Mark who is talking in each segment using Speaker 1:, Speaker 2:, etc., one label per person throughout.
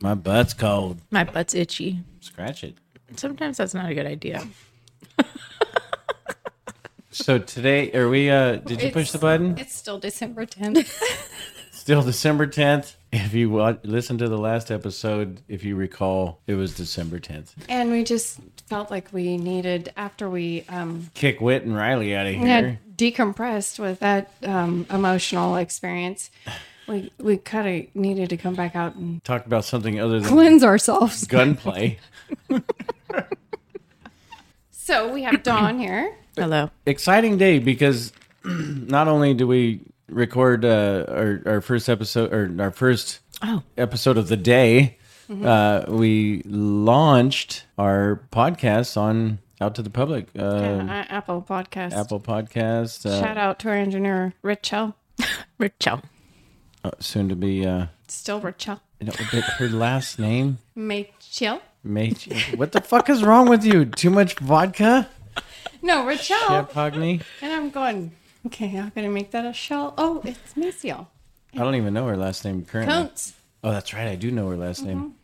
Speaker 1: My butt's cold.
Speaker 2: My butt's itchy.
Speaker 1: Scratch it.
Speaker 2: Sometimes that's not a good idea.
Speaker 1: So today, are we? uh Did you push
Speaker 3: It's-
Speaker 1: the button?
Speaker 3: It's still December 10th.
Speaker 1: Still December tenth. If you wa- listen to the last episode, if you recall, it was December tenth.
Speaker 3: and we just felt like we needed, after we um,
Speaker 1: Kick Wit and Riley out of here.
Speaker 3: had decompressed with that um, emotional experience, we, we kind of needed to come back out and
Speaker 1: Talk about something other than
Speaker 3: cleanse ourselves.
Speaker 1: gunplay.
Speaker 3: So we have Dawn here.
Speaker 2: Hello.
Speaker 1: Exciting day because not only do we record uh, our, our first episode or our first
Speaker 2: Oh,
Speaker 1: episode of the day,
Speaker 3: Mm-hmm.
Speaker 1: uh, we launched our podcast on out to the public. Uh,
Speaker 3: and, uh, Apple Podcast.
Speaker 1: Apple Podcast, uh,
Speaker 3: Shout out to our engineer, Richelle.
Speaker 2: Rachel.
Speaker 1: uh, soon to be uh,
Speaker 3: Still Richelle.
Speaker 1: you know, but her last name.
Speaker 3: Machel?
Speaker 1: Mach- what the fuck is wrong with you? Too much vodka,
Speaker 3: No, Richelle.
Speaker 1: Pogni?
Speaker 3: And I'm going, okay, how can I make that a shell? Oh, it's Maciel.
Speaker 1: I don't even know her last name currently.
Speaker 3: Counts.
Speaker 1: Oh, that's right. I do know her last
Speaker 3: Mm-hmm.
Speaker 1: name.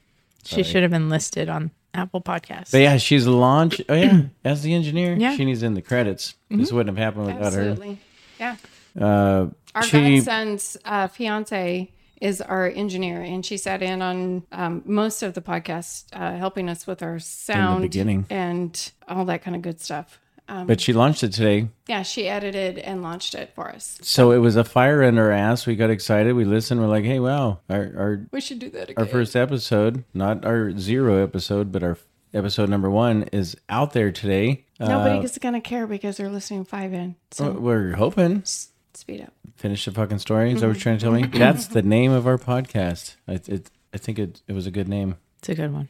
Speaker 2: She should have been listed on Apple Podcasts.
Speaker 1: But yeah, she's launch. Oh yeah, as the engineer,
Speaker 2: Yeah.
Speaker 1: she needs in the credits. This wouldn't have happened without
Speaker 3: Mm-hmm. Absolutely. Yeah.
Speaker 1: her. Uh,
Speaker 3: Our
Speaker 1: she
Speaker 3: godson's uh, fiance is our engineer, and she sat in on um, most of the podcast, uh, helping us with our sound
Speaker 1: beginning.
Speaker 3: and all that kind of good stuff. Um,
Speaker 1: But she launched it today.
Speaker 3: yeah, she edited and launched it for us.
Speaker 1: So it was a fire in her ass. We got excited. We listened. We're like, hey, wow. Our, our,
Speaker 3: We should do that again.
Speaker 1: our first episode, not our zero episode, but our episode number one is out there today.
Speaker 3: Nobody is going to care because they're listening five in. So
Speaker 1: Uh, we're hoping.
Speaker 3: speed up.
Speaker 1: Finish the fucking story. Is that what you're trying to tell me?
Speaker 3: Mm-hmm.
Speaker 1: That's the name of our podcast. I, it, I think it, it was a good name.
Speaker 2: it's a good one.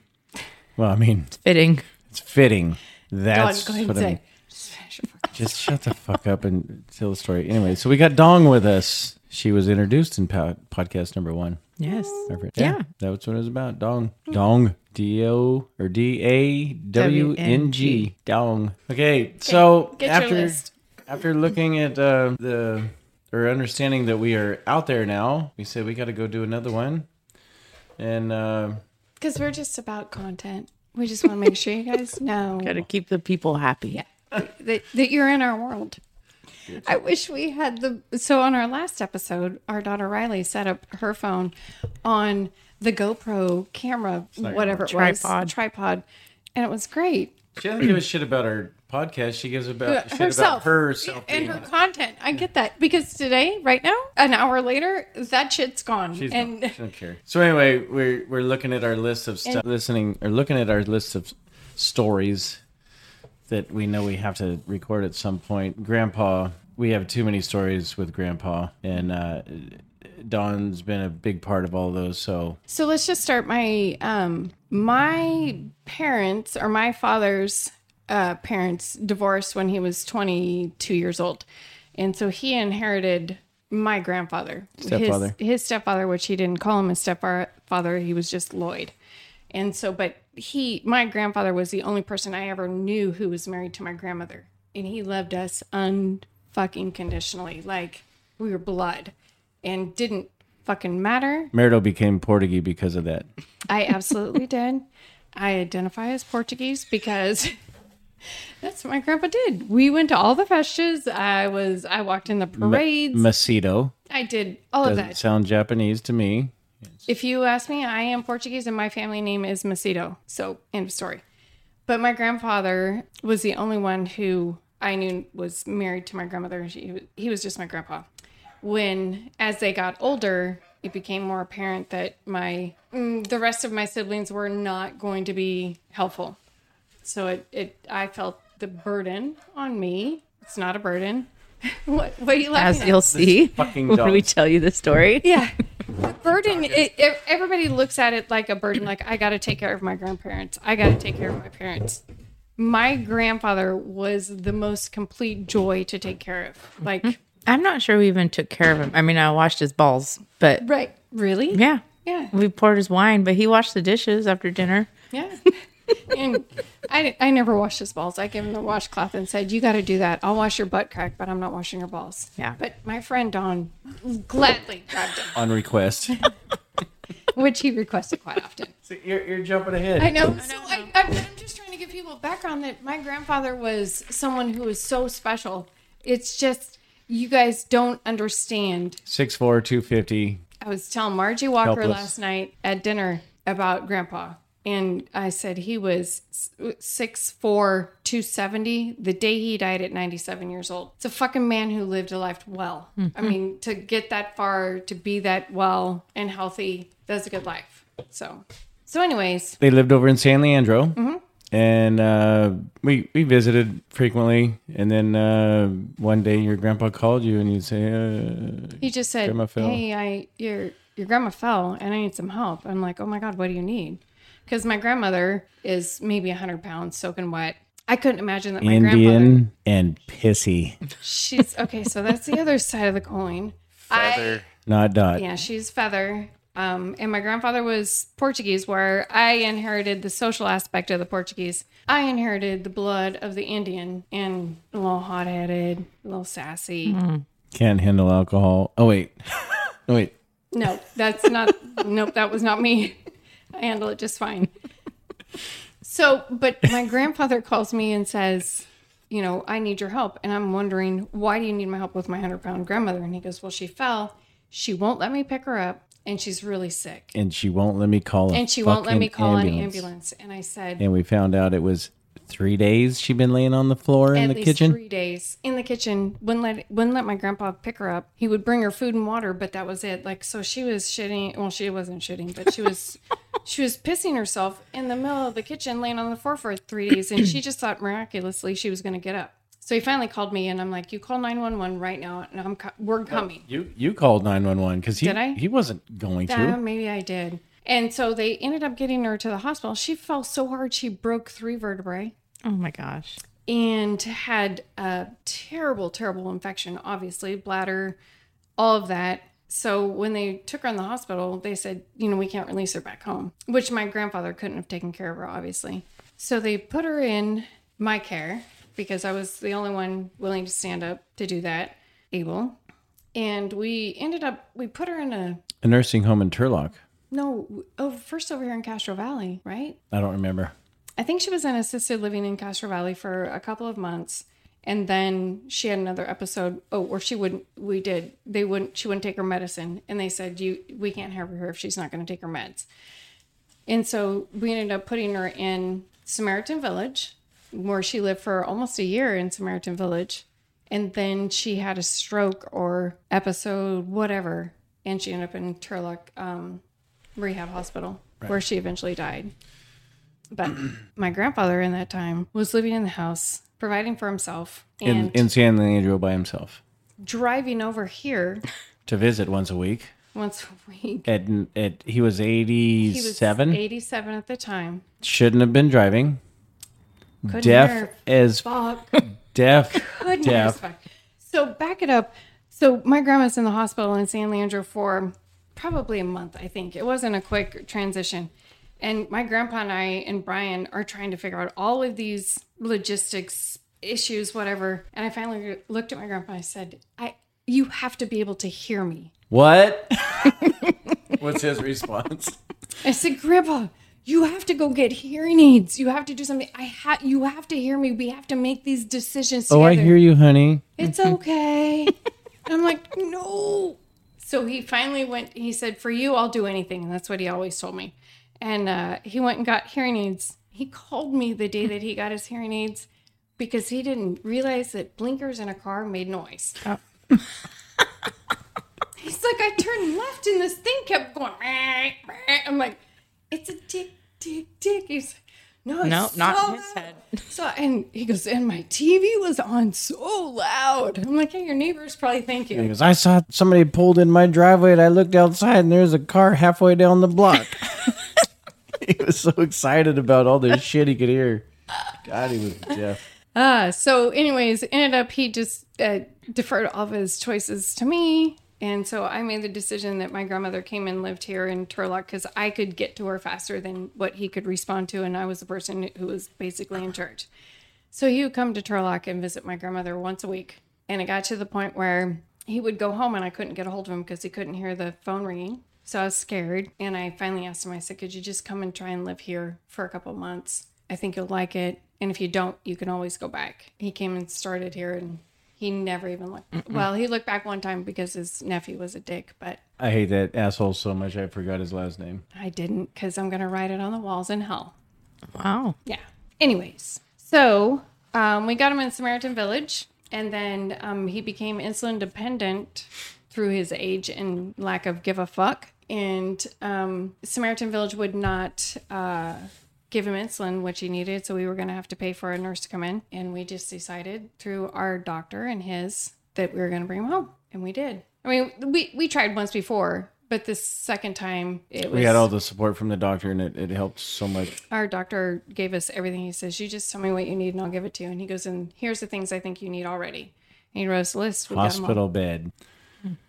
Speaker 1: Well, I mean,
Speaker 2: It's fitting.
Speaker 1: it's fitting.
Speaker 3: Don,
Speaker 1: That's
Speaker 3: go ahead
Speaker 1: what
Speaker 3: and
Speaker 1: I
Speaker 3: say.
Speaker 1: mean. Just shut the fuck up and tell the story. Anyway, so we got Dong with us. She was introduced in po- podcast number one.
Speaker 2: Yes.
Speaker 1: Perfect.
Speaker 2: Yeah.
Speaker 1: That's what it was about. Dong. Dong. D O or D A W N G. Dong. Okay. So
Speaker 3: get your
Speaker 1: after
Speaker 3: list.
Speaker 1: after looking at uh, the or understanding that we are out there now, we said we got to go do another one. And uh,
Speaker 3: Because we're just about content. We just want to make sure you guys know.
Speaker 2: Got to keep the people happy. Yeah.
Speaker 3: that, that you're in our world. I wish we had the. So on our last episode, our daughter Riley set up her phone on the GoPro camera, whatever it
Speaker 2: Tripod.
Speaker 3: was, tripod, and it was great.
Speaker 1: she doesn't give a shit about our podcast. She gives about shit about
Speaker 3: Uh, Herself.
Speaker 1: herself.
Speaker 3: And her content, I get that because today, right now, an hour later, that shit's gone.
Speaker 1: She's
Speaker 3: and
Speaker 1: not, she don't care. So anyway, we're we're looking at our list of stuff, listening or looking at our list of stories that we know we have to record at some point. Grandpa, we have too many stories with Grandpa, and uh, Don's been a big part of all those. So
Speaker 3: So let's just start my um my parents or my father's uh parents divorced when he was 22 years old. And so he inherited my grandfather,
Speaker 1: Stepfather.
Speaker 3: his, his stepfather, which he didn't call him a stepfather, he was just Lloyd. And so, but he, my grandfather was the only person I ever knew who was married to my grandmother. And he loved us unfucking conditionally. Like we were blood and didn't fucking matter
Speaker 1: Merido became Portuguese because of that.
Speaker 3: I absolutely did. I identify as Portuguese because that's what my grandpa did. We went to all the festas. I was I walked in the parades.
Speaker 1: Macedo
Speaker 3: I did all of
Speaker 1: doesn't
Speaker 3: that.
Speaker 1: sound Japanese to me.
Speaker 3: If you ask me, I am Portuguese and my family name is Macedo. So end of story. But my grandfather was the only one who I knew was married to my grandmother. She, he was just my grandpa. When, as they got older, it became more apparent that my mm, the rest of my siblings were not going to be helpful. So it, it I felt the burden on me. It's not a burden. what, what are you laughing
Speaker 2: As
Speaker 3: at?
Speaker 2: you'll see
Speaker 1: fucking
Speaker 2: when we
Speaker 1: dogs.
Speaker 2: tell you the story.
Speaker 3: Yeah. The burden, it, it, everybody looks at it like a burden, like, I got to take care of my grandparents. I got to take care of my parents. My grandfather was the most complete joy to take care of. Like,
Speaker 2: I'm not sure we even took care of him. I mean, I washed his balls, but
Speaker 3: right. Really?
Speaker 2: yeah.
Speaker 3: Yeah.
Speaker 2: We poured his wine, but he washed the dishes after dinner.
Speaker 3: Yeah. and I, I never washed his balls. I gave him the washcloth and said, You got to do that. I'll wash your butt crack, but I'm not washing your balls.
Speaker 2: Yeah.
Speaker 3: But my friend Don gladly grabbed him.
Speaker 1: On request,
Speaker 3: which he requested quite often.
Speaker 1: So you're, you're jumping ahead.
Speaker 3: I know. So I, I, I'm just trying to give people background that my grandfather was someone who was so special. It's just you guys don't understand.
Speaker 1: Six four two fifty.
Speaker 3: I was telling Margie Walker
Speaker 1: Helpless.
Speaker 3: last night at dinner about Grandpa, and I said he was six four two seventy. the day he died at 97 years old. It's a fucking man who lived a life well. I mean, to get that far, to be that well and healthy, that's a good life. So, so anyways,
Speaker 1: They lived over in San Leandro,
Speaker 3: Mm-hmm.
Speaker 1: and uh, we we visited frequently. And then uh, one day, your grandpa called you, and you say, uh,
Speaker 3: He just said,
Speaker 1: Grandma fell.
Speaker 3: "Hey, I your your grandma fell, and I need some help." I'm like, "Oh my god, what do you need?" Because my grandmother is maybe hundred pounds soaking wet. I couldn't imagine that my grandmother.
Speaker 1: "Indian and pissy,
Speaker 3: She's okay, so that's the other side of the coin. I,
Speaker 1: not dot."
Speaker 3: yeah, she's feather. Um, and my grandfather was Portuguese, where I inherited the social aspect of the Portuguese. I inherited the blood of the Indian and a little hot headed, a little sassy.
Speaker 1: Can't handle alcohol. Oh wait, oh wait.
Speaker 3: No, that's not. nope, that was not me. I handle it just fine. So, but my grandfather calls me and says, you know, I need your help. And I'm wondering, why do you need my help with my 100 pound grandmother? And he goes, well, she fell. She won't let me pick her up. And she's really sick.
Speaker 1: And she won't let me call. A
Speaker 3: And she won't let
Speaker 1: fucking
Speaker 3: me call
Speaker 1: ambulance.
Speaker 3: an ambulance. And I said,
Speaker 1: And we found out it was three days she'd been laying on the floor in
Speaker 3: at
Speaker 1: the
Speaker 3: least
Speaker 1: kitchen.
Speaker 3: three days in the kitchen. Wouldn't let wouldn't let my grandpa pick her up. He would bring her food and water, but that was it. Like so, she was shitting. Well, she wasn't shitting, but she was she was pissing herself in the middle of the kitchen, laying on the floor for three days, and she just thought miraculously she was going to get up. So he finally called me, and I'm like, "You call nine one one right now, and I'm co-
Speaker 1: Uh,
Speaker 3: we're coming."
Speaker 1: You you called nine one one because he
Speaker 3: Did I?
Speaker 1: he wasn't going to.
Speaker 3: Uh, maybe I did. And so they ended up getting her to the hospital. She fell so hard she broke three vertebrae.
Speaker 2: Oh my gosh.
Speaker 3: and had a terrible, terrible infection, obviously, bladder, all of that. So when they took her in the hospital, they said, you know, we can't release her back home, which my grandfather couldn't have taken care of her, obviously. So they put her in my care because I was the only one willing to stand up to do that, able. And we ended up, we put her in a,
Speaker 1: A nursing home in Turlock.
Speaker 3: no, oh, first over here in Castro Valley, right?
Speaker 1: I don't remember.
Speaker 3: I think she was in assisted living in Castro Valley for a couple of months. And then she had another episode. Oh, or she wouldn't. We did. They wouldn't. She wouldn't take her medicine, and they said, "You, we can't have her if she's not going to take her meds." And so we ended up putting her in Samaritan Village, where she lived for almost a year in Samaritan Village, and then she had a stroke or episode, whatever, and she ended up in Turlock um, Rehab Hospital, where she eventually died. But my grandfather in that time was living in the house, providing for himself,
Speaker 1: In
Speaker 3: and
Speaker 1: in San Leandro by himself
Speaker 3: driving over here
Speaker 1: to visit once a week.
Speaker 3: once a week.
Speaker 1: At at he was
Speaker 3: He was
Speaker 1: 87.
Speaker 3: 87 at the time.
Speaker 1: Shouldn't have been driving.
Speaker 3: Couldn't
Speaker 1: Deaf
Speaker 3: hear
Speaker 1: as
Speaker 3: fuck.
Speaker 1: deaf.
Speaker 3: couldn't
Speaker 1: Deaf.
Speaker 3: respect. So back it up. So my grandma's in the hospital in San Leandro for probably a month, I think. It wasn't a quick transition. And my grandpa and I and Brian are trying to figure out all of these logistics issues, whatever. And I finally looked at my grandpa and I said, I you have to be able to hear me.
Speaker 1: What? What's his response?
Speaker 3: I said, Grandpa, you have to go get hearing aids. You have to do something. I ha- you have to hear me. We have to make these decisions
Speaker 1: Oh,
Speaker 3: together.
Speaker 1: I hear you, honey.
Speaker 3: it's okay. I'm like, no. So he finally went, he said, for you, I'll do anything. And that's what he always told me. And uh, he went and got hearing aids. He called me the day that he got his hearing aids because he didn't realize that blinkers in a car made noise.
Speaker 2: Oh.
Speaker 3: He's like, I turned left and this thing kept going. "Meh, meh." I'm like, it's a tick, tick, tick. He's like, no, it's
Speaker 2: No,
Speaker 3: so
Speaker 2: not his
Speaker 3: loud."
Speaker 2: head.
Speaker 3: So and he goes, and my TV was on so loud. I'm like, hey, your neighbors probably thank you.
Speaker 1: He goes, I saw somebody pulled in my driveway and I looked outside and there's a car halfway down the block. he was so excited about all this shit he could hear. God, he was deaf.
Speaker 3: Uh, so, anyways, ended up he just uh, deferred all of his choices to me. And so I made the decision that my grandmother came and lived here in Turlock because I could get to her faster than what he could respond to. And I was the person who was basically in charge. So he would come to Turlock and visit my grandmother once a week. And it got to the point where he would go home and I couldn't get a hold of him because he couldn't hear the phone ringing. So I was scared. And I finally asked him, I said, could you just come and try and live here for a couple months? I think you'll like it. And if you don't, you can always go back. He came and started here and he never even looked. Well, he looked back one time because his nephew was a dick, but
Speaker 1: I hate that asshole so much. I forgot his last name.
Speaker 3: I didn't because I'm going to write it on the walls in hell.
Speaker 2: Wow.
Speaker 3: Yeah. Anyways, so um, we got him in Samaritan Village, and then um, he became insulin dependent through his age and lack of give a fuck. And um, Samaritan Village would not uh, give him insulin, which he needed. So we were going to have to pay for a nurse to come in. And we just decided through our doctor and his that we were going to bring him home. And we did. I mean, we, we tried once before, but this second time it was
Speaker 1: We had all the support from the doctor, and it, it helped so much.
Speaker 3: our doctor gave us everything. He says, "You just tell me what you need, and I'll give it to you." And he goes, "And here's the things I think you need already." And he wrote us a list. We got them
Speaker 1: Hospital bed.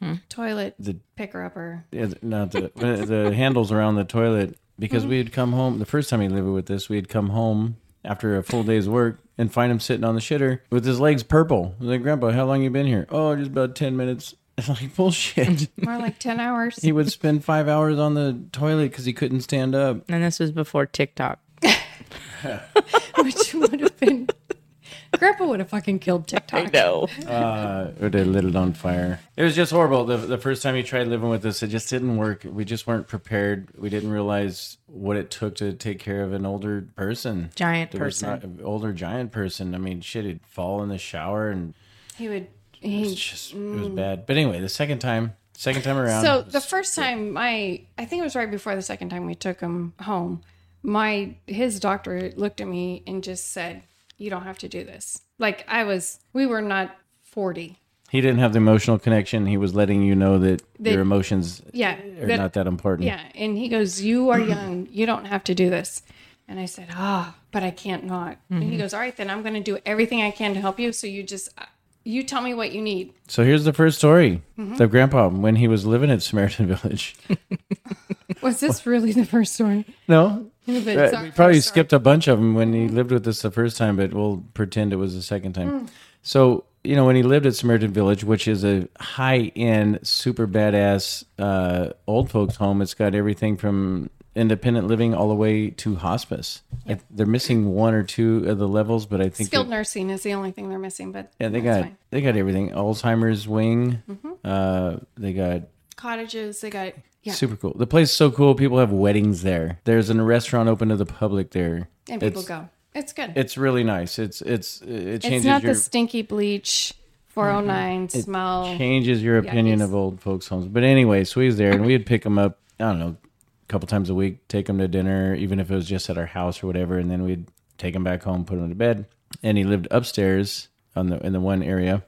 Speaker 3: all. toilet,
Speaker 1: The-
Speaker 3: picker upper.
Speaker 1: Yeah, th- not the the handles around the toilet because we'd come home the first time he lived with this. We'd come home after a full day's work and find him sitting on the shitter with his legs purple. I was like, Grandpa, how long you been here? Oh, just about ten minutes. It's like bullshit.
Speaker 3: More like ten hours.
Speaker 1: he would spend five hours on the toilet because he couldn't stand up.
Speaker 2: And this was before TikTok.
Speaker 3: which would have been Grandpa would have fucking killed TikTok.
Speaker 2: know.
Speaker 1: Uh, or they lit it on fire. It was just horrible. The, the first time he tried living with us, it just didn't work. We just weren't prepared. We didn't realize what it took to take care of an older person.
Speaker 2: Giant
Speaker 1: There was
Speaker 2: person.
Speaker 1: not- an older giant person. I mean, shit, he'd fall in the shower and
Speaker 3: He would.
Speaker 1: it's
Speaker 3: He,
Speaker 1: just it was bad. But anyway, the second time, second time around,
Speaker 3: Mm. so the first time, my I think it was right before the second time we took him home. My his doctor looked at me and just said, "You don't have to do this." Like I was, we were not forty.
Speaker 1: he didn't have the emotional connection. He was letting you know that
Speaker 3: That-
Speaker 1: your emotions
Speaker 3: Yeah,
Speaker 1: are
Speaker 3: that-
Speaker 1: not that important.
Speaker 3: Yeah. And he goes, You are young. You don't have to do this. And I said, Ah, but I can't not. And
Speaker 1: Mm-hmm.
Speaker 3: he goes, All right, then I'm going to do everything I can to help you. So you just, uh, you tell me what you need.
Speaker 1: So here's the first story
Speaker 3: Mm-hmm.
Speaker 1: of Grandpa when he was living at Samaritan Village.
Speaker 3: Was this really the first story?
Speaker 1: no,
Speaker 3: But
Speaker 1: Uh,
Speaker 3: it's our
Speaker 1: we probably
Speaker 3: first story.
Speaker 1: skipped a bunch of them when he lived with us the first time, but we'll pretend it was the second time.
Speaker 3: Hmm.
Speaker 1: So, you know, when he lived at Samaritan Village, which is a high end, super badass uh, old folks home, it's got everything from independent living all the way to hospice. I, they're missing one or two of the levels, but I think
Speaker 3: Skilled
Speaker 1: that-
Speaker 3: nursing is the only thing they're missing, but
Speaker 1: yeah, they
Speaker 3: that's Mm-hmm.
Speaker 1: got
Speaker 3: fine.
Speaker 1: they got everything. Alzheimer's wing, uh, they got
Speaker 3: cottages. They got, yeah.
Speaker 1: super cool. The place is so cool. People have weddings there. There's a restaurant open to the public there.
Speaker 3: and people
Speaker 1: It's-
Speaker 3: go. It's good.
Speaker 1: it's really nice. It's it's it changes
Speaker 3: it's not
Speaker 1: your Mm-hmm.
Speaker 3: the stinky bleach 409 smell.
Speaker 1: changes your opinion
Speaker 3: he's-
Speaker 1: of old folks homes. But anyway, so he's there, and we'd pick him up. I don't know, a couple times a week, take him to dinner, even if it was just at our house or whatever, and then we'd take him back home, put him to bed. And he lived upstairs on the in the one area.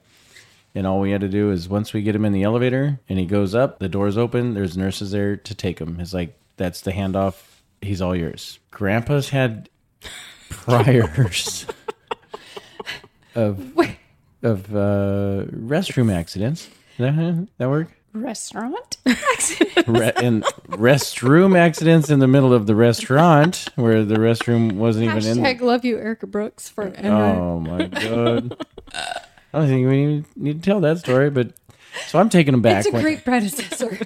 Speaker 1: And all we had to do is once we get him in the elevator and he goes up, the door's open, there's nurses there to take him. It's like, that's the handoff. He's all yours. Grandpa's had priors of
Speaker 3: Wait.
Speaker 1: of uh, restroom accidents. That, that work?
Speaker 3: Restaurant?
Speaker 1: Re- and restroom accidents in the middle of the restaurant where the restroom wasn't even in.
Speaker 3: Hashtag love you, Erica Brooks, for
Speaker 1: Oh my god! I don't think we even need to tell that story, but so I'm taking him back.
Speaker 3: It's a
Speaker 1: one-
Speaker 3: great predecessor.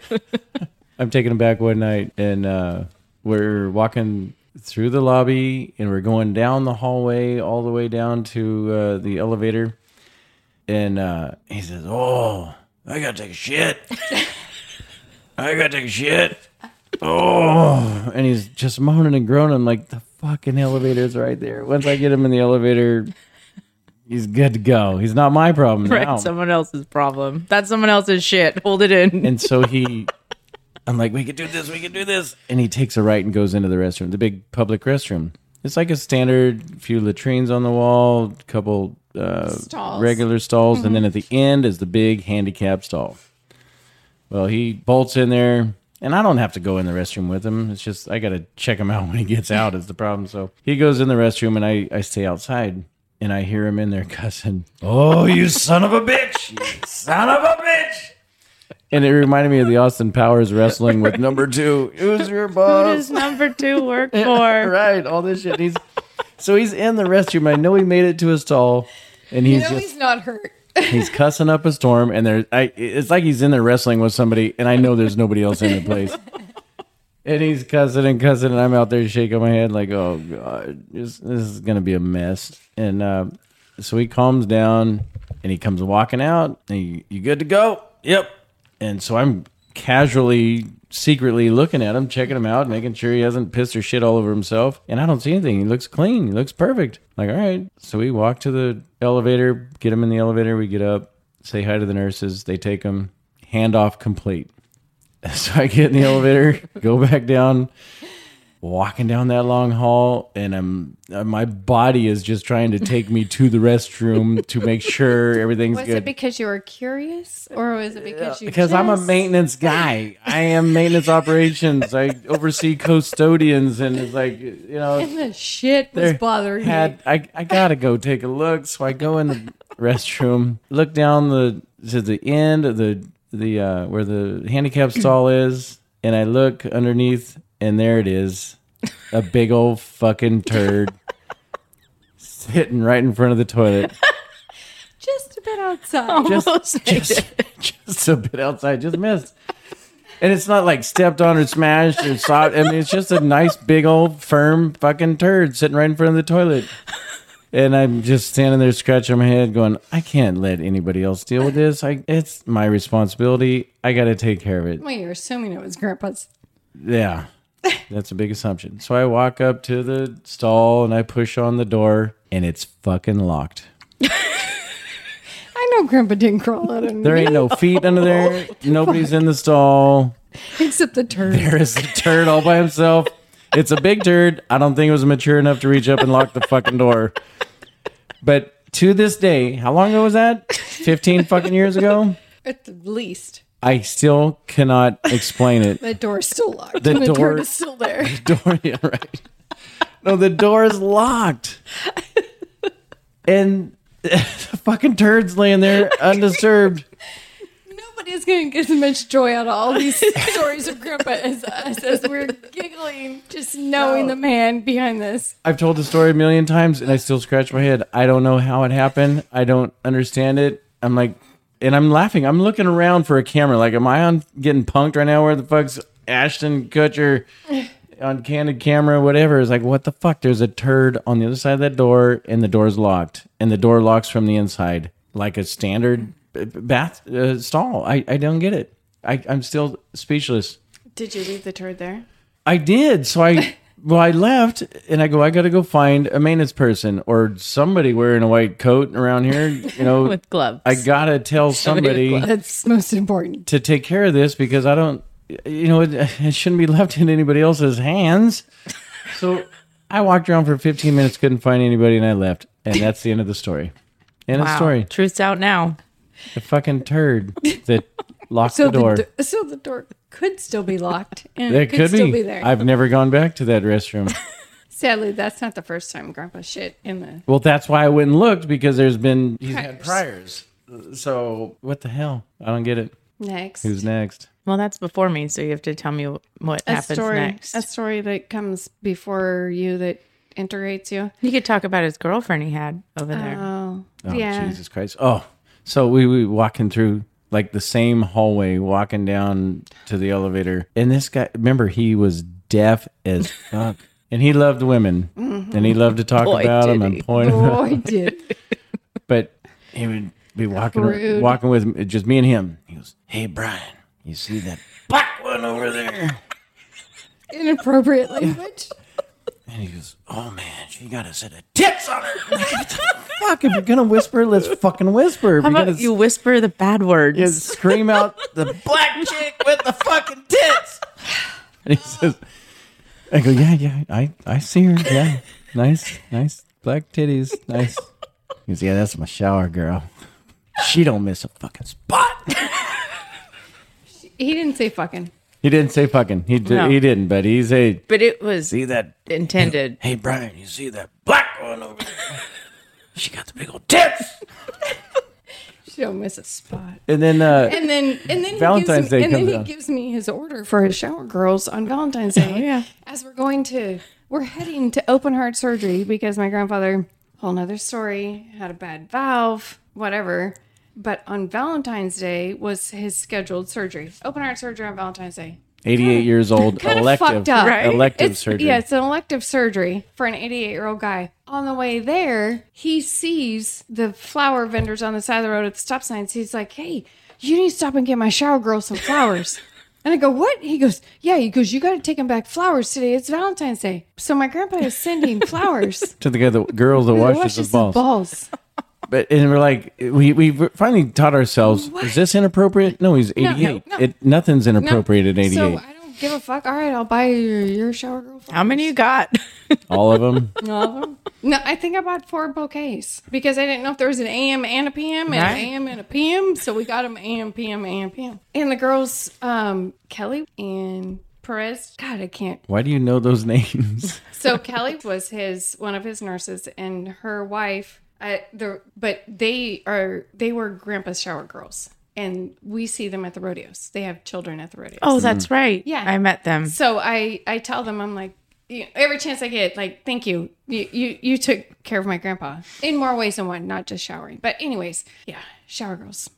Speaker 1: I'm taking him back one night, and uh, we're walking through the lobby, and we're going down the hallway all the way down to uh, the elevator. And uh, he says, "Oh, I gotta take a shit. I gotta take a shit." Oh, and he's just moaning and groaning like the fucking elevator's right there. Once I get him in the elevator, he's good to go. He's not my problem
Speaker 2: Right.
Speaker 1: now.
Speaker 2: Someone else's problem. That's someone else's shit. Hold it in.
Speaker 1: And so he, I'm like, we could do this, we could do this. And he takes a right and goes into the restroom, the big public restroom. It's like a standard few latrines on the wall, couple uh,
Speaker 3: Stalls.
Speaker 1: regular stalls, and then at the end is the big handicap stall. Well, he bolts in there, and I don't have to go in the restroom with him. It's just I got to check him out when he gets out, is the problem. So he goes in the restroom, and I, I stay outside, and I hear him in there cussing, Oh, you son of a bitch! You son of a bitch! And it reminded me of the Austin Powers wrestling with number two. Who's your
Speaker 2: Who
Speaker 1: boss?
Speaker 2: does number two work for?
Speaker 1: right, all this shit. He's so he's in the restroom. I know he made it to his stall, and he's
Speaker 3: No,
Speaker 1: just
Speaker 3: he's not hurt.
Speaker 1: He's cussing up a storm, and there, I, it's like he's in there wrestling with somebody, and I know there's nobody else in the place. And he's cussing and cussing, and I'm out there shaking my head like, "Oh God, this, this is gonna be a mess." And uh, so he calms down, and he comes walking out, and he, you good to go? Yep. And so I'm casually, secretly looking at him, checking him out, making sure he hasn't pissed or shit all over himself. And I don't see anything. He looks clean. He looks perfect. Like, all right. So we walk to the elevator, get him in the elevator. We get up, say hi to the nurses. They take him. Handoff complete. So I get in the elevator, go back down, walking down that long hall, and I'm uh, my body is just trying to take me to the restroom to make sure everything's
Speaker 3: Was
Speaker 1: good.
Speaker 3: it because you were curious, or was it because you?
Speaker 1: because I'm a
Speaker 3: just-
Speaker 1: maintenance guy. I am maintenance operations. I oversee custodians, and it's like you know,
Speaker 3: And the shit was
Speaker 1: there
Speaker 3: bothering me.
Speaker 1: had I, I gotta go take a look. So I go in the restroom, look down the to the end of the the uh, where the handicap stall is, and I look underneath, and there it is, a big old fucking turd sitting right in front of the toilet.
Speaker 3: Just a bit outside.
Speaker 1: Oh. just, just, just a bit outside, just missed. And it's not like stepped on or smashed or soft. I mean, it's just a nice, big old, firm fucking turd sitting right in front of the toilet. And I'm just standing there scratching my head, going, I can't let anybody else deal with this. I, it's my responsibility. I got to take care of it.
Speaker 3: Well, you're assuming it was grandpa's.
Speaker 1: Yeah. That's a big assumption. So I walk up to the stall and I push on the door, and it's fucking locked.
Speaker 3: I know grandpa didn't crawl out of
Speaker 1: There
Speaker 3: me,
Speaker 1: ain't no feet under there. Nobody's in the stall.
Speaker 3: except the turd.
Speaker 1: There is a turd all by himself. It's a big turd. I don't think it was mature enough to reach up and lock the fucking door. But to this day, how long ago was that? 15 fucking years ago?
Speaker 3: At the least,
Speaker 1: I still cannot explain it.
Speaker 3: the door's still locked.
Speaker 1: The
Speaker 3: and the
Speaker 1: door-
Speaker 3: turd is still there.
Speaker 1: Door, yeah, right. No, the door is locked. And the fucking turd's laying there undisturbed.
Speaker 3: Nobody's going to get as much joy out of all these stories of grandpa as us as we're giggling, just knowing the man behind this.
Speaker 1: I've told the story a million times and I still scratch my head. I don't know how it happened. I don't understand it. I'm like, and I'm laughing. I'm looking around for a camera. Like, am I on getting punked right now? Where the fuck's Ashton Kutcher on candid camera, whatever? It's like, what the fuck? There's a turd on the other side of that door and the door's locked and the door locks from the inside like a standard b- bath uh, stall. I, I don't get it. I, I'm still speechless.
Speaker 3: Did you leave the turd there?
Speaker 1: I did. So I well, I left and I go, I gotta go find a maintenance person or somebody wearing a white coat around here. You know
Speaker 2: with gloves.
Speaker 1: I gotta tell
Speaker 2: Somebody with
Speaker 1: somebody
Speaker 2: gloves.
Speaker 3: That's most important.
Speaker 1: to take care of this because I don't you know, it, it shouldn't be left in anybody else's hands. So I walked around for fifteen minutes, couldn't find anybody and I left. And that's the end of the story. End of
Speaker 2: Wow.
Speaker 1: the story.
Speaker 2: Truth's out now.
Speaker 1: The fucking turd that locked
Speaker 3: So
Speaker 1: the door.
Speaker 3: The, do- so the door could still be locked and
Speaker 1: There
Speaker 3: it could, still be, there.
Speaker 1: I've never gone back to that restroom.
Speaker 3: Sadly, that's not the first time grandpa shit in the
Speaker 1: Well, that's why I went and looked because there's been he's had priors. So what the hell? I don't get it.
Speaker 3: next.
Speaker 1: Who's next?
Speaker 2: Well, that's before me, so you have to tell me what
Speaker 3: a
Speaker 2: happens
Speaker 3: story,
Speaker 2: next.
Speaker 3: A story that comes before you that integrates you.
Speaker 2: You could talk about his girlfriend he had over there.
Speaker 3: Oh,
Speaker 1: Oh,
Speaker 3: yeah.
Speaker 1: Jesus Christ! Oh, so we we walking through like the same hallway, walking down to the elevator, and this guy. Remember, he was deaf as fuck, and he loved women, and he loved to talk
Speaker 2: Mm-hmm. Boy,
Speaker 1: about them
Speaker 2: did
Speaker 1: and
Speaker 2: he.
Speaker 1: point 'em out.
Speaker 3: Boy, Oh, did
Speaker 1: but he would be walking
Speaker 3: Rude.
Speaker 1: walking with me, just me and him. He goes, "Hey, Brian, you see that black one over there?"
Speaker 3: inappropriate language.
Speaker 1: And he goes, "Oh man, she got a set of tits on her." I'm like, what the fuck? If you're gonna whisper, let's fucking whisper. If
Speaker 2: How
Speaker 1: you're
Speaker 2: about
Speaker 1: gonna
Speaker 2: you whisper the bad words?
Speaker 1: s- scream out the black chick with the fucking tits. And he says, "I go, yeah, yeah, I, I see her. Yeah, nice, nice black titties, nice." He goes, "Yeah, that's my shower girl. She don't miss a fucking spot."
Speaker 3: He didn't say fucking.
Speaker 1: He didn't say fucking. He did,
Speaker 2: No.
Speaker 1: he didn't, but he's a
Speaker 2: But it was
Speaker 1: see that
Speaker 2: intended.
Speaker 1: Hey Brian, you see that black one over there? She got the big old tits.
Speaker 3: She don't miss a spot.
Speaker 1: And then uh
Speaker 3: And then, and then
Speaker 1: Valentine's
Speaker 3: he gives me,
Speaker 1: Day
Speaker 3: and then
Speaker 1: comes
Speaker 3: he
Speaker 1: up.
Speaker 3: gives me his order for Oh, his shower girls on Valentine's Day.
Speaker 2: yeah.
Speaker 3: As we're going to, we're heading to open heart surgery because my grandfather, whole nother story, had a bad valve, whatever. But on Valentine's Day was his scheduled surgery, open heart surgery on Valentine's Day.
Speaker 1: 88 years old,
Speaker 3: Kind of
Speaker 1: elective,
Speaker 3: fucked up,
Speaker 2: Right.
Speaker 1: elective
Speaker 3: it's,
Speaker 1: surgery.
Speaker 3: Yeah, it's an elective surgery for an 88 year old guy. On the way there, he sees the flower vendors on the side of the road at the stop signs. He's like, hey, you need to stop and get my shower girl some flowers. and I go, what? He goes, yeah, he goes, you got to take him back flowers today. It's Valentine's Day. So my grandpa is sending flowers.
Speaker 1: To the guy, the girl that washes, his balls.
Speaker 3: balls.
Speaker 1: But and we're like, we we finally taught ourselves: is this inappropriate? No, he's eighty eight.
Speaker 3: no.
Speaker 1: It nothing's inappropriate at eighty
Speaker 3: So
Speaker 1: eight.
Speaker 3: I don't give a fuck. All right, I'll buy your, your shower girl flowers.
Speaker 2: How many you got?
Speaker 3: Oh,
Speaker 1: All of them.
Speaker 3: All of them? No, I think I bought four bouquets because I didn't know if there was an AM and a PM and
Speaker 2: Right.
Speaker 3: an AM and a PM. So we got them AM, PM, AM, PM. And the girls, um, Kelly and Perez. God, I can't.
Speaker 1: Why do you know those names?
Speaker 3: So Kelly was his one of his nurses, and her wife. I, the but they are they were Grandpa's shower girls, and we see them at the rodeos. They have children at the rodeos.
Speaker 2: oh, that's right.
Speaker 3: Yeah.
Speaker 2: I met them.
Speaker 3: So I I tell them I'm like you- every chance I get like thank you you you you took care of my grandpa in more ways than one not just showering but anyways yeah shower girls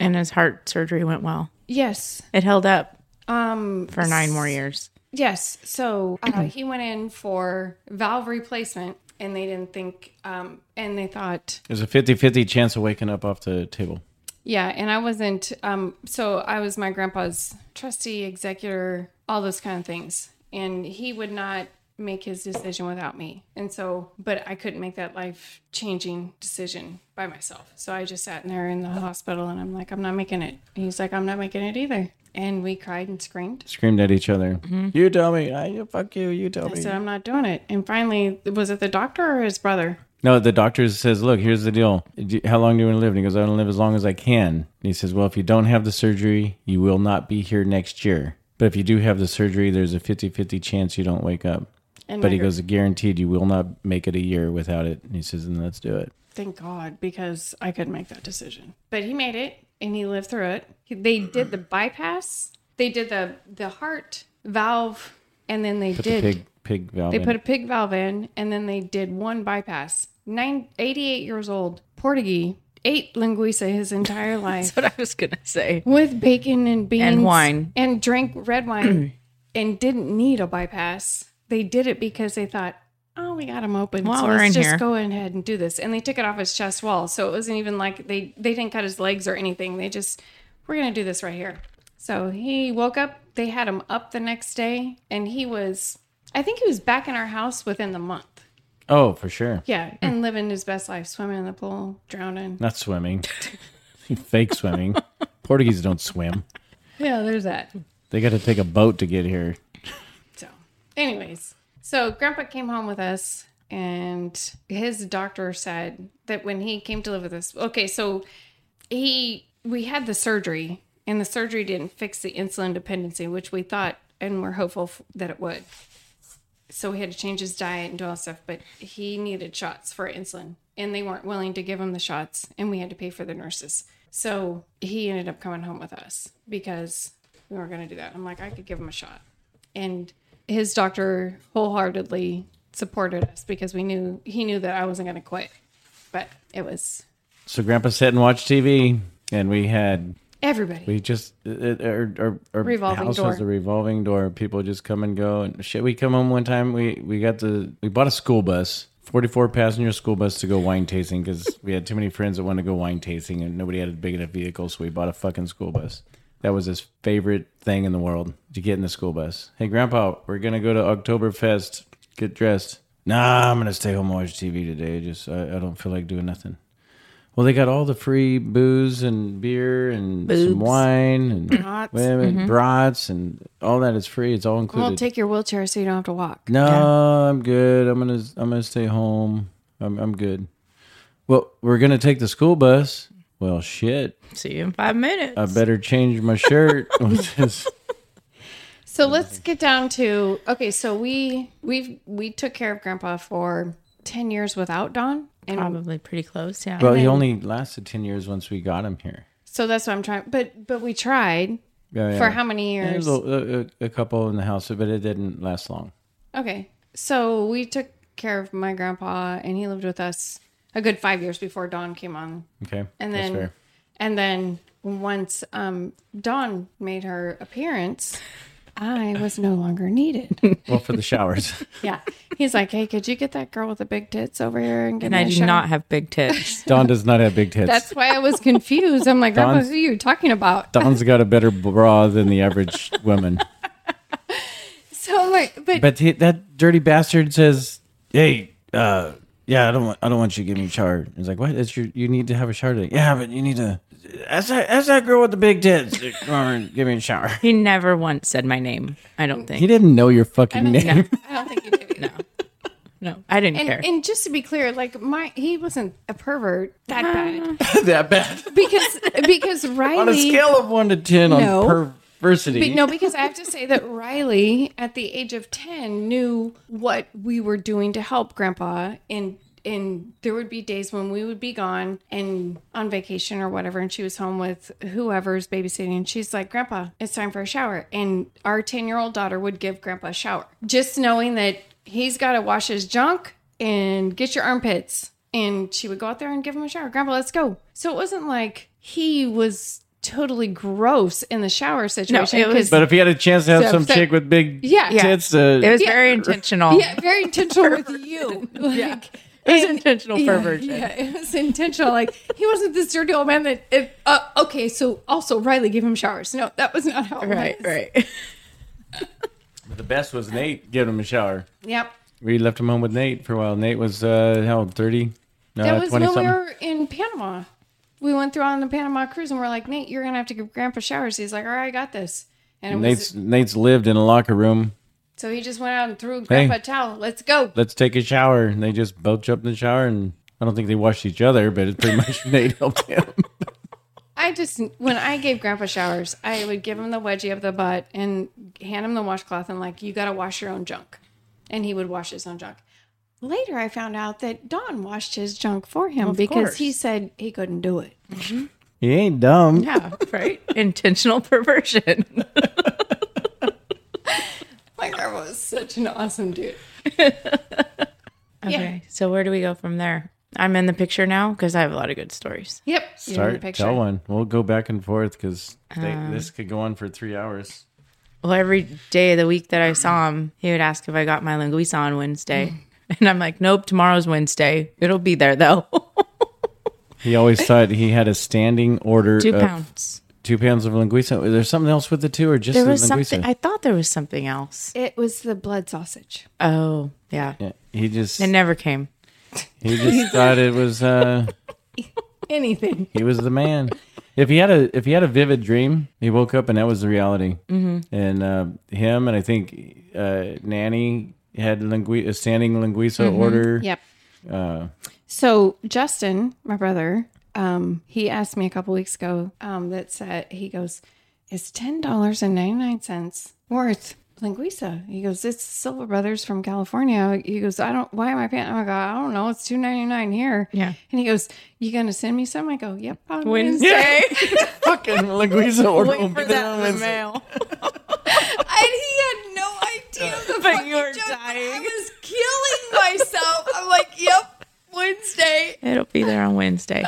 Speaker 2: And his heart surgery went well.
Speaker 3: yes
Speaker 2: It held up
Speaker 3: um
Speaker 2: for nine more years.
Speaker 3: yes so uh, he went in for valve replacement and they didn't think um and they thought
Speaker 1: There's a 50-50 chance of waking up off the table.
Speaker 3: yeah and I wasn't um so I was my grandpa's trustee executor all those kind of things and he would not make his decision without me. And so, but I couldn't make that life changing decision by myself. So I just sat in there in the hospital and I'm like, I'm not making it. And he's like, I'm not making it either. And we cried and screamed.
Speaker 1: Screamed at each other.
Speaker 3: Mm-hmm.
Speaker 1: You tell me. I you- fuck you. You tell
Speaker 3: I
Speaker 1: me.
Speaker 3: said, I'm not doing it. And finally, was it the doctor or his brother?
Speaker 1: No, the doctor says, "Look, here's the deal. Do- How long do you want to live?" And he goes, "I want to live as long as I can." And he says, "Well, if you don't have the surgery, you will not be here next year. But if you do have the surgery, there's a 50-50 chance you don't wake up."
Speaker 3: And
Speaker 1: But
Speaker 3: my
Speaker 1: he
Speaker 3: gr-
Speaker 1: goes, "Guaranteed, you will not make it a year without it." And he says, "Then let's do it."
Speaker 3: Thank God, because I couldn't make that decision. But he made it and he lived through it. He- They did the bypass, they did the, the heart valve, and then they
Speaker 1: Put
Speaker 3: did.
Speaker 1: the pig pig valve.
Speaker 3: They
Speaker 1: in.
Speaker 3: put a pig valve in, and then they did one bypass. Nine, 88 years old, Portuguese, ate linguiça his entire life
Speaker 2: That's what I was going to say.
Speaker 3: with bacon and beans
Speaker 2: And wine.
Speaker 3: and drank red wine and didn't need a bypass. They did it because they thought, oh, we got him open.
Speaker 2: While
Speaker 3: so
Speaker 2: we're
Speaker 3: let's
Speaker 2: in
Speaker 3: just
Speaker 2: here."
Speaker 3: go ahead and do this. And they took it off his chest wall. So it wasn't even like they, they didn't cut his legs or anything. They just, we're going to do this right here. So he woke up. They had him up the next day. And he was, I think he was back in our house within the month.
Speaker 1: oh, for sure.
Speaker 2: Hmm.
Speaker 3: Yeah. And living his best life, swimming in the pool, drowning.
Speaker 1: Not swimming. Fake swimming. Portuguese don't swim.
Speaker 3: Yeah, there's that.
Speaker 1: They got to take a boat to get here.
Speaker 3: So, anyways, so Grandpa came home with us, and his doctor said that when he came to live with us, okay, so he we had the surgery, and the surgery didn't fix the insulin dependency, which we thought and were hopeful f- that it would. So we had to change his diet and do all that stuff, but he needed shots for insulin, and they weren't willing to give him the shots, and we had to pay for the nurses. So he ended up coming home with us because we weren't going to do that. I'm like, I could give him a shot and his doctor wholeheartedly supported us because we knew he knew that I wasn't going to quit. But it was
Speaker 1: So Grandpa sat and watched TV, and we had
Speaker 3: everybody.
Speaker 1: we just it, our, our, our
Speaker 3: Revolving
Speaker 1: house was
Speaker 3: door.
Speaker 1: a revolving door. People just come and go. And shit, we come home one time. We we got the we bought a school bus, forty four passenger school bus to go wine tasting because we had too many friends that wanted to go wine tasting and nobody had a big enough vehicle, so we bought a fucking school bus. That was his favorite thing in the world to get in the school bus. Hey, Grandpa, we're gonna go to Oktoberfest. Get dressed. Nah, I'm gonna stay home and watch TV today. Just I, I don't feel like doing nothing. Well, they got all the free booze and beer and some
Speaker 2: Boobs.
Speaker 1: wine and
Speaker 3: Brats.
Speaker 1: women, brats and all that is free. It's all included.
Speaker 3: Mm-hmm. Well, take your wheelchair so you don't have to walk.
Speaker 1: no, I'm good. I'm gonna I'm gonna stay home. I'm I'm good. Well, we're gonna take the school bus. Well, shit.
Speaker 2: See you in five minutes.
Speaker 1: I better change my shirt. Which is-
Speaker 3: So let's get down to okay. So we we we took care of Grandpa for ten years without Don, and
Speaker 2: Probably pretty close. Yeah.
Speaker 1: well, he only lasted ten years once we got him here.
Speaker 3: so that's what I'm trying. But but we tried
Speaker 1: Yeah,
Speaker 3: for
Speaker 1: yeah.
Speaker 3: how many
Speaker 1: There
Speaker 3: years?
Speaker 1: was a, a- a couple in the house, but it didn't last long.
Speaker 3: Okay. So we took care of my grandpa, and he lived with us a good five years before Don came on.
Speaker 1: Okay,
Speaker 3: And
Speaker 1: that's
Speaker 3: then
Speaker 1: fair.
Speaker 3: And then once um, Dawn made her appearance, I was no longer needed.
Speaker 1: Well, for the showers.
Speaker 3: yeah. He's like, hey, could you get that girl with the big tits over here and get
Speaker 2: And
Speaker 3: me
Speaker 2: I
Speaker 3: a
Speaker 2: do
Speaker 3: shower?"
Speaker 2: not have big tits.
Speaker 1: Dawn does not have big tits.
Speaker 3: That's why I was confused. I'm like, Grandpa,
Speaker 1: Dawn's-
Speaker 3: who are you talking about?
Speaker 1: Dawn's got a better bra than the average woman.
Speaker 3: So like, but,
Speaker 1: But he, that dirty bastard says, "Hey, uh, yeah, I don't want, I don't want you to give me a shower." He's like, "What? It's your, you need to have a shower today." Yeah, but you need to. That's that, that's that girl with the big tits. Come on, give me a shower.
Speaker 2: he never once said my name. I
Speaker 3: Mm.
Speaker 2: don't think.
Speaker 1: He didn't know your fucking name.
Speaker 2: no,
Speaker 3: I don't think you did.
Speaker 2: no, no. I didn't care.
Speaker 3: And, and just to be clear, like my he wasn't a pervert that bad
Speaker 1: that bad.
Speaker 3: because because Riley
Speaker 1: On a scale of one to ten on
Speaker 3: No.
Speaker 1: perversity,
Speaker 3: But no, because I have to say that Riley, at the age of ten, knew what we were doing to help Grandpa. And and there would be days when we would be gone and on vacation or whatever, and she was home with whoever's babysitting. And she's like, "Grandpa, it's time for a shower." And our ten-year-old daughter would give Grandpa a shower, just knowing that he's got to wash his junk and get your armpits. And she would go out there and give him a shower. Grandpa, let's go. So it wasn't like he was totally gross in the shower situation.
Speaker 2: it was-
Speaker 3: 'cause-
Speaker 1: but if he had a chance to have
Speaker 3: So
Speaker 1: some
Speaker 3: upset.
Speaker 1: chick with big
Speaker 3: Yeah. Yeah.
Speaker 1: tits, uh,
Speaker 2: it was very intentional.
Speaker 3: yeah, very intentional with you. Like,
Speaker 2: It was intentional
Speaker 3: yeah,
Speaker 2: perversion.
Speaker 3: Yeah, it was intentional. Like he wasn't this dirty old man that. If, uh, okay, so also Riley gave him showers. No, that was not how. It
Speaker 2: Right,
Speaker 3: was.
Speaker 2: right.
Speaker 1: the best was Nate giving him a shower.
Speaker 3: Yep.
Speaker 1: We left him home with Nate for a while. Nate was uh, how old? Thirty. Uh, No,
Speaker 3: That was when we
Speaker 1: something.
Speaker 3: were in Panama. We went through on the Panama cruise, and we're like, Nate, you're gonna have to give Grandpa showers. He's like, All right, I got this. And it
Speaker 1: Nate's
Speaker 3: was,
Speaker 1: Nate's lived in a locker room.
Speaker 3: so he just went out and threw Grandpa a towel. Let's go.
Speaker 1: Let's take a shower, and they just both jumped in the shower, and I don't think they washed each other, but it's pretty much Nate helped him.
Speaker 3: I just when I gave Grandpa showers, I would give him the wedgie of the butt and hand him the washcloth and like, you gotta wash your own junk, and he would wash his own junk. Later, I found out that Don washed his junk for him because
Speaker 2: course.
Speaker 3: he said he couldn't do it.
Speaker 1: He ain't dumb.
Speaker 2: Yeah, right. intentional perversion.
Speaker 3: My grandpa was such an awesome dude.
Speaker 2: Okay, so where do we go from there? I'm in the picture now because I have a lot of good stories.
Speaker 3: Yep. You're in the
Speaker 1: Start tell one. We'll go back and forth because
Speaker 2: Uh.
Speaker 1: this could go on for three hours.
Speaker 2: Well, every day of the week that I saw him, he would ask if I got my linguiça on Wednesday. And I'm like, nope, tomorrow's Wednesday. It'll be there though.
Speaker 1: He always thought he had a standing order
Speaker 2: Two
Speaker 1: of
Speaker 2: pounds.
Speaker 1: two pounds of linguiça. Is there something else with the two, or just
Speaker 2: There
Speaker 1: the
Speaker 2: was
Speaker 1: linguiça?
Speaker 2: something, I thought there was something else.
Speaker 3: It was the blood sausage.
Speaker 2: Oh, yeah.
Speaker 1: Yeah, he just
Speaker 2: It never came.
Speaker 1: he just thought it was uh
Speaker 3: Anything.
Speaker 1: he was the man. If he had a if he had a vivid dream, he woke up and that was the reality. Mm-hmm. And uh, him and I think uh, Nanny had lingui- a standing linguiça
Speaker 3: Mm-hmm.
Speaker 1: order.
Speaker 3: Yep.
Speaker 1: Uh,
Speaker 3: so Justin, my brother, um, he asked me a couple weeks ago um, that said he goes, "Is ten dollars and ninety nine cents worth linguiça?" He goes, "It's Silver Brothers from California." He goes, "I don't. Why am I paying?" I'm like, "I don't know. It's two ninety nine here."
Speaker 2: Yeah.
Speaker 3: And he goes, "You gonna send me some?" I go, "Yep." on
Speaker 2: Wednesday.
Speaker 1: Fucking linguiça order.
Speaker 2: Wait
Speaker 1: won't be
Speaker 2: for
Speaker 1: there
Speaker 2: that
Speaker 1: on
Speaker 2: in the
Speaker 1: Wednesday.
Speaker 2: mail.
Speaker 3: And he had no idea of the
Speaker 2: But
Speaker 3: fucking
Speaker 2: you were
Speaker 3: joke, but I
Speaker 2: dying.
Speaker 3: was killing myself. I'm like, yep, Wednesday.
Speaker 2: It'll be there on Wednesday.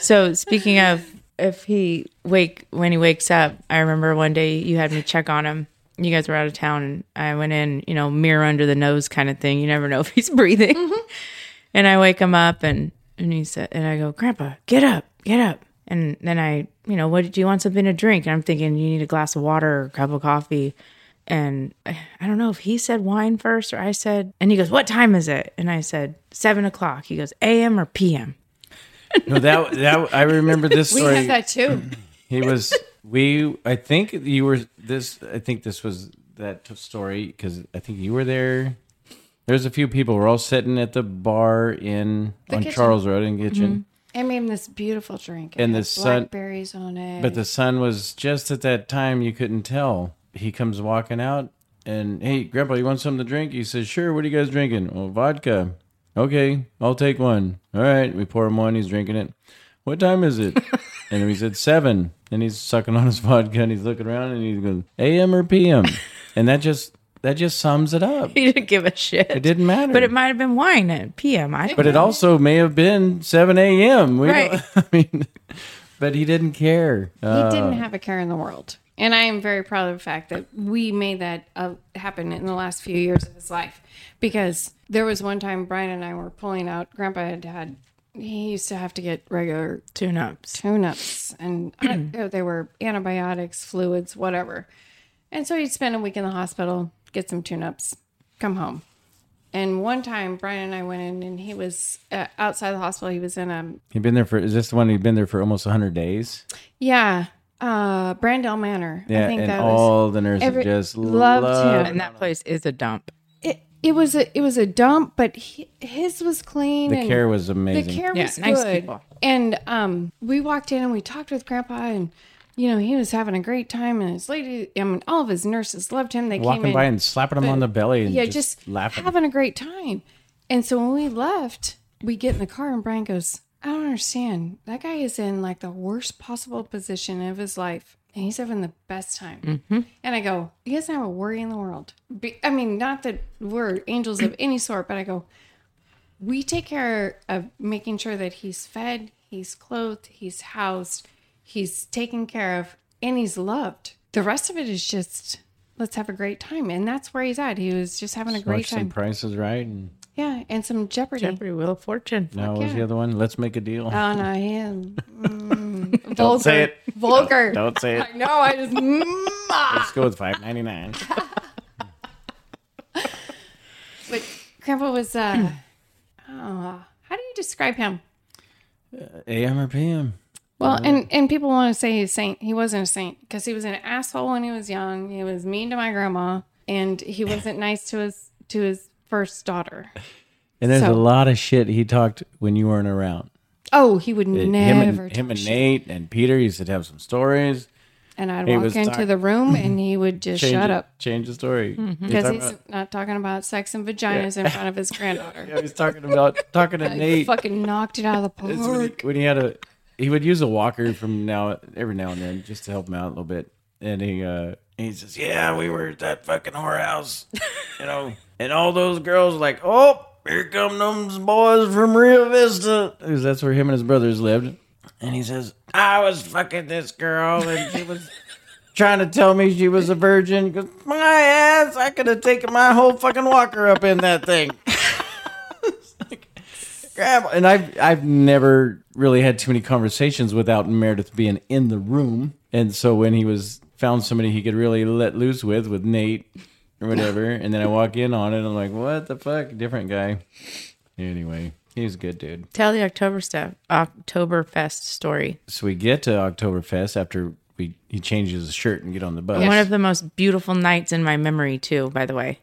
Speaker 2: So speaking of if he wake when he wakes up, I remember one day you had me check on him. You guys were out of town and I went in, you know, mirror under the nose kind of thing. You never know if he's breathing. And I wake him up and and he said and I go, "Grandpa, get up. Get up." And then I, you know, what do you want something to drink? And I'm thinking you need a glass of water or a cup of coffee. And I I don't know if he said wine first or I said, and he goes, What time is it? And I said, Seven o'clock. He goes, AM or PM?
Speaker 1: No, that that I remember this
Speaker 3: We
Speaker 1: story.
Speaker 3: had that too.
Speaker 1: He was we. I think you were this. I think this was that t- story because I think you were there. There's a few people. We're all sitting at the bar in on
Speaker 3: kitchen. Mm-hmm.
Speaker 1: Charles Road in Kitchen.
Speaker 3: I made him this beautiful drink. It
Speaker 1: And
Speaker 3: had
Speaker 1: the sun-
Speaker 3: blackberries on it.
Speaker 1: But the sun was just at that time you couldn't tell. He comes walking out and hey, Grandpa, you want something to drink? He says, Sure, what are you guys drinking? Well, vodka. Okay, I'll take one. All right. We pour him one, he's drinking it. What time is it? and we said seven. And he's sucking on his vodka and he's looking around and he goes, AM or PM? and that just that just sums it up.
Speaker 2: He didn't give a shit.
Speaker 1: It didn't matter.
Speaker 2: But it might have been wine at PM. I
Speaker 1: But it also may have been seven AM. We
Speaker 2: Right.
Speaker 1: don't- I mean but he didn't care.
Speaker 3: He
Speaker 1: Uh,
Speaker 3: didn't have a care in the world. And I am very proud of the fact that we made that uh, happen in the last few years of his life. Because there was one time Brian and I were pulling out, Grandpa had had, he used to have to get regular
Speaker 2: Tune ups.
Speaker 3: tune-ups and uh, they were antibiotics, fluids, whatever. And so he'd spend a week in the hospital, get some tune-ups, come home. And one time Brian and I went in and he was uh, outside the hospital. He was in a,
Speaker 1: he'd been there for. Is this the one who'd been there for almost hundred days?
Speaker 3: yeah, uh, Brandel Manor.
Speaker 1: Yeah,
Speaker 3: I think
Speaker 1: and
Speaker 3: that was.
Speaker 1: all the nurses
Speaker 3: every-
Speaker 1: just
Speaker 3: loved
Speaker 1: loved,
Speaker 3: him.
Speaker 2: And that place is a dump.
Speaker 3: it, it was a it was a dump, but he, his was clean.
Speaker 1: The
Speaker 3: and
Speaker 1: care was
Speaker 3: the
Speaker 1: amazing.
Speaker 3: care
Speaker 2: Yeah,
Speaker 3: was
Speaker 2: nice
Speaker 3: good.
Speaker 2: people.
Speaker 3: And um, we walked in and we talked with Grandpa, and you know he was having a great time, and his lady, I mean, all of his nurses loved him. They came
Speaker 1: Walking
Speaker 3: in,
Speaker 1: by and slapping him on the belly and
Speaker 3: yeah,
Speaker 1: just,
Speaker 3: just,
Speaker 1: laughing.
Speaker 3: having a great time. And so when we left, we get in the car, and Brian goes, "I don't understand. That guy is in like the worst possible position of his life." And he's having the best time.
Speaker 1: Mm-hmm.
Speaker 3: And I go, he doesn't have a worry in the world. Be- I mean, not that we're angels of any sort, but I go, we take care of making sure that he's fed, he's clothed, he's housed, he's taken care of, and he's loved. The rest of it is just let's have a great time, and that's where he's at. He was just having a great
Speaker 1: Watch some
Speaker 3: time,
Speaker 1: prices right, and
Speaker 3: yeah, and some Jeopardy.
Speaker 2: Every Wheel of Fortune.
Speaker 1: now what was the
Speaker 3: yeah.
Speaker 1: other one? Let's make a deal.
Speaker 3: Oh no, he is mm, vulgar,
Speaker 1: say it.
Speaker 3: vulgar.
Speaker 1: Don't say it.
Speaker 3: I know. I just. mm,
Speaker 1: Let's go with five ninety nine.
Speaker 3: but Grandpa was. Uh, oh, how do you describe him?
Speaker 1: A.M. or P.M.
Speaker 3: Well,
Speaker 1: uh,
Speaker 3: and and people want to say he's a saint. He wasn't a saint because he was an asshole when he was young. He was mean to my grandma, and he wasn't nice to his to his first daughter.
Speaker 1: And there's
Speaker 3: So-
Speaker 1: a lot of shit he talked when you weren't around.
Speaker 3: Oh, he would
Speaker 1: It- him
Speaker 3: never.
Speaker 1: and,
Speaker 3: And,
Speaker 1: him and Nate and Peter used to have some stories.
Speaker 3: and I'd
Speaker 1: he
Speaker 3: walk
Speaker 1: was
Speaker 3: into
Speaker 1: talk-
Speaker 3: the room, and he would just
Speaker 1: Change
Speaker 3: shut
Speaker 1: it-
Speaker 3: up Mm-hmm.
Speaker 1: Change the story. He's
Speaker 3: because
Speaker 1: talking
Speaker 3: he's
Speaker 1: about-
Speaker 3: not talking about sex and vaginas in front of his granddaughter.
Speaker 1: yeah, he's talking about talking to
Speaker 3: He
Speaker 1: Nate.
Speaker 3: fucking knocked it out of the park.
Speaker 1: It's when, he, when he had a he would use a walker from now every now and then just to help him out a little bit and he uh he says yeah we were at that fucking whorehouse you know and all those girls were like oh here come them boys from rio vista 'Cause that's where him and his brothers lived and he says i was fucking this girl and she was trying to tell me she was a virgin because my ass i could have taken my whole fucking walker up in that thing grab and I've I've never really had too many conversations without Meredith being in the room. And so when he was found somebody he could really let loose with with Nate or whatever, and then I walk in on it and I'm like, What the fuck? Different guy. Anyway, he's a good dude.
Speaker 2: Tell the October stuff, Oktoberfest story.
Speaker 1: So we get to Oktoberfest after we he changes his shirt and get on the bus.
Speaker 2: One of the most beautiful nights in my memory, too. By the way,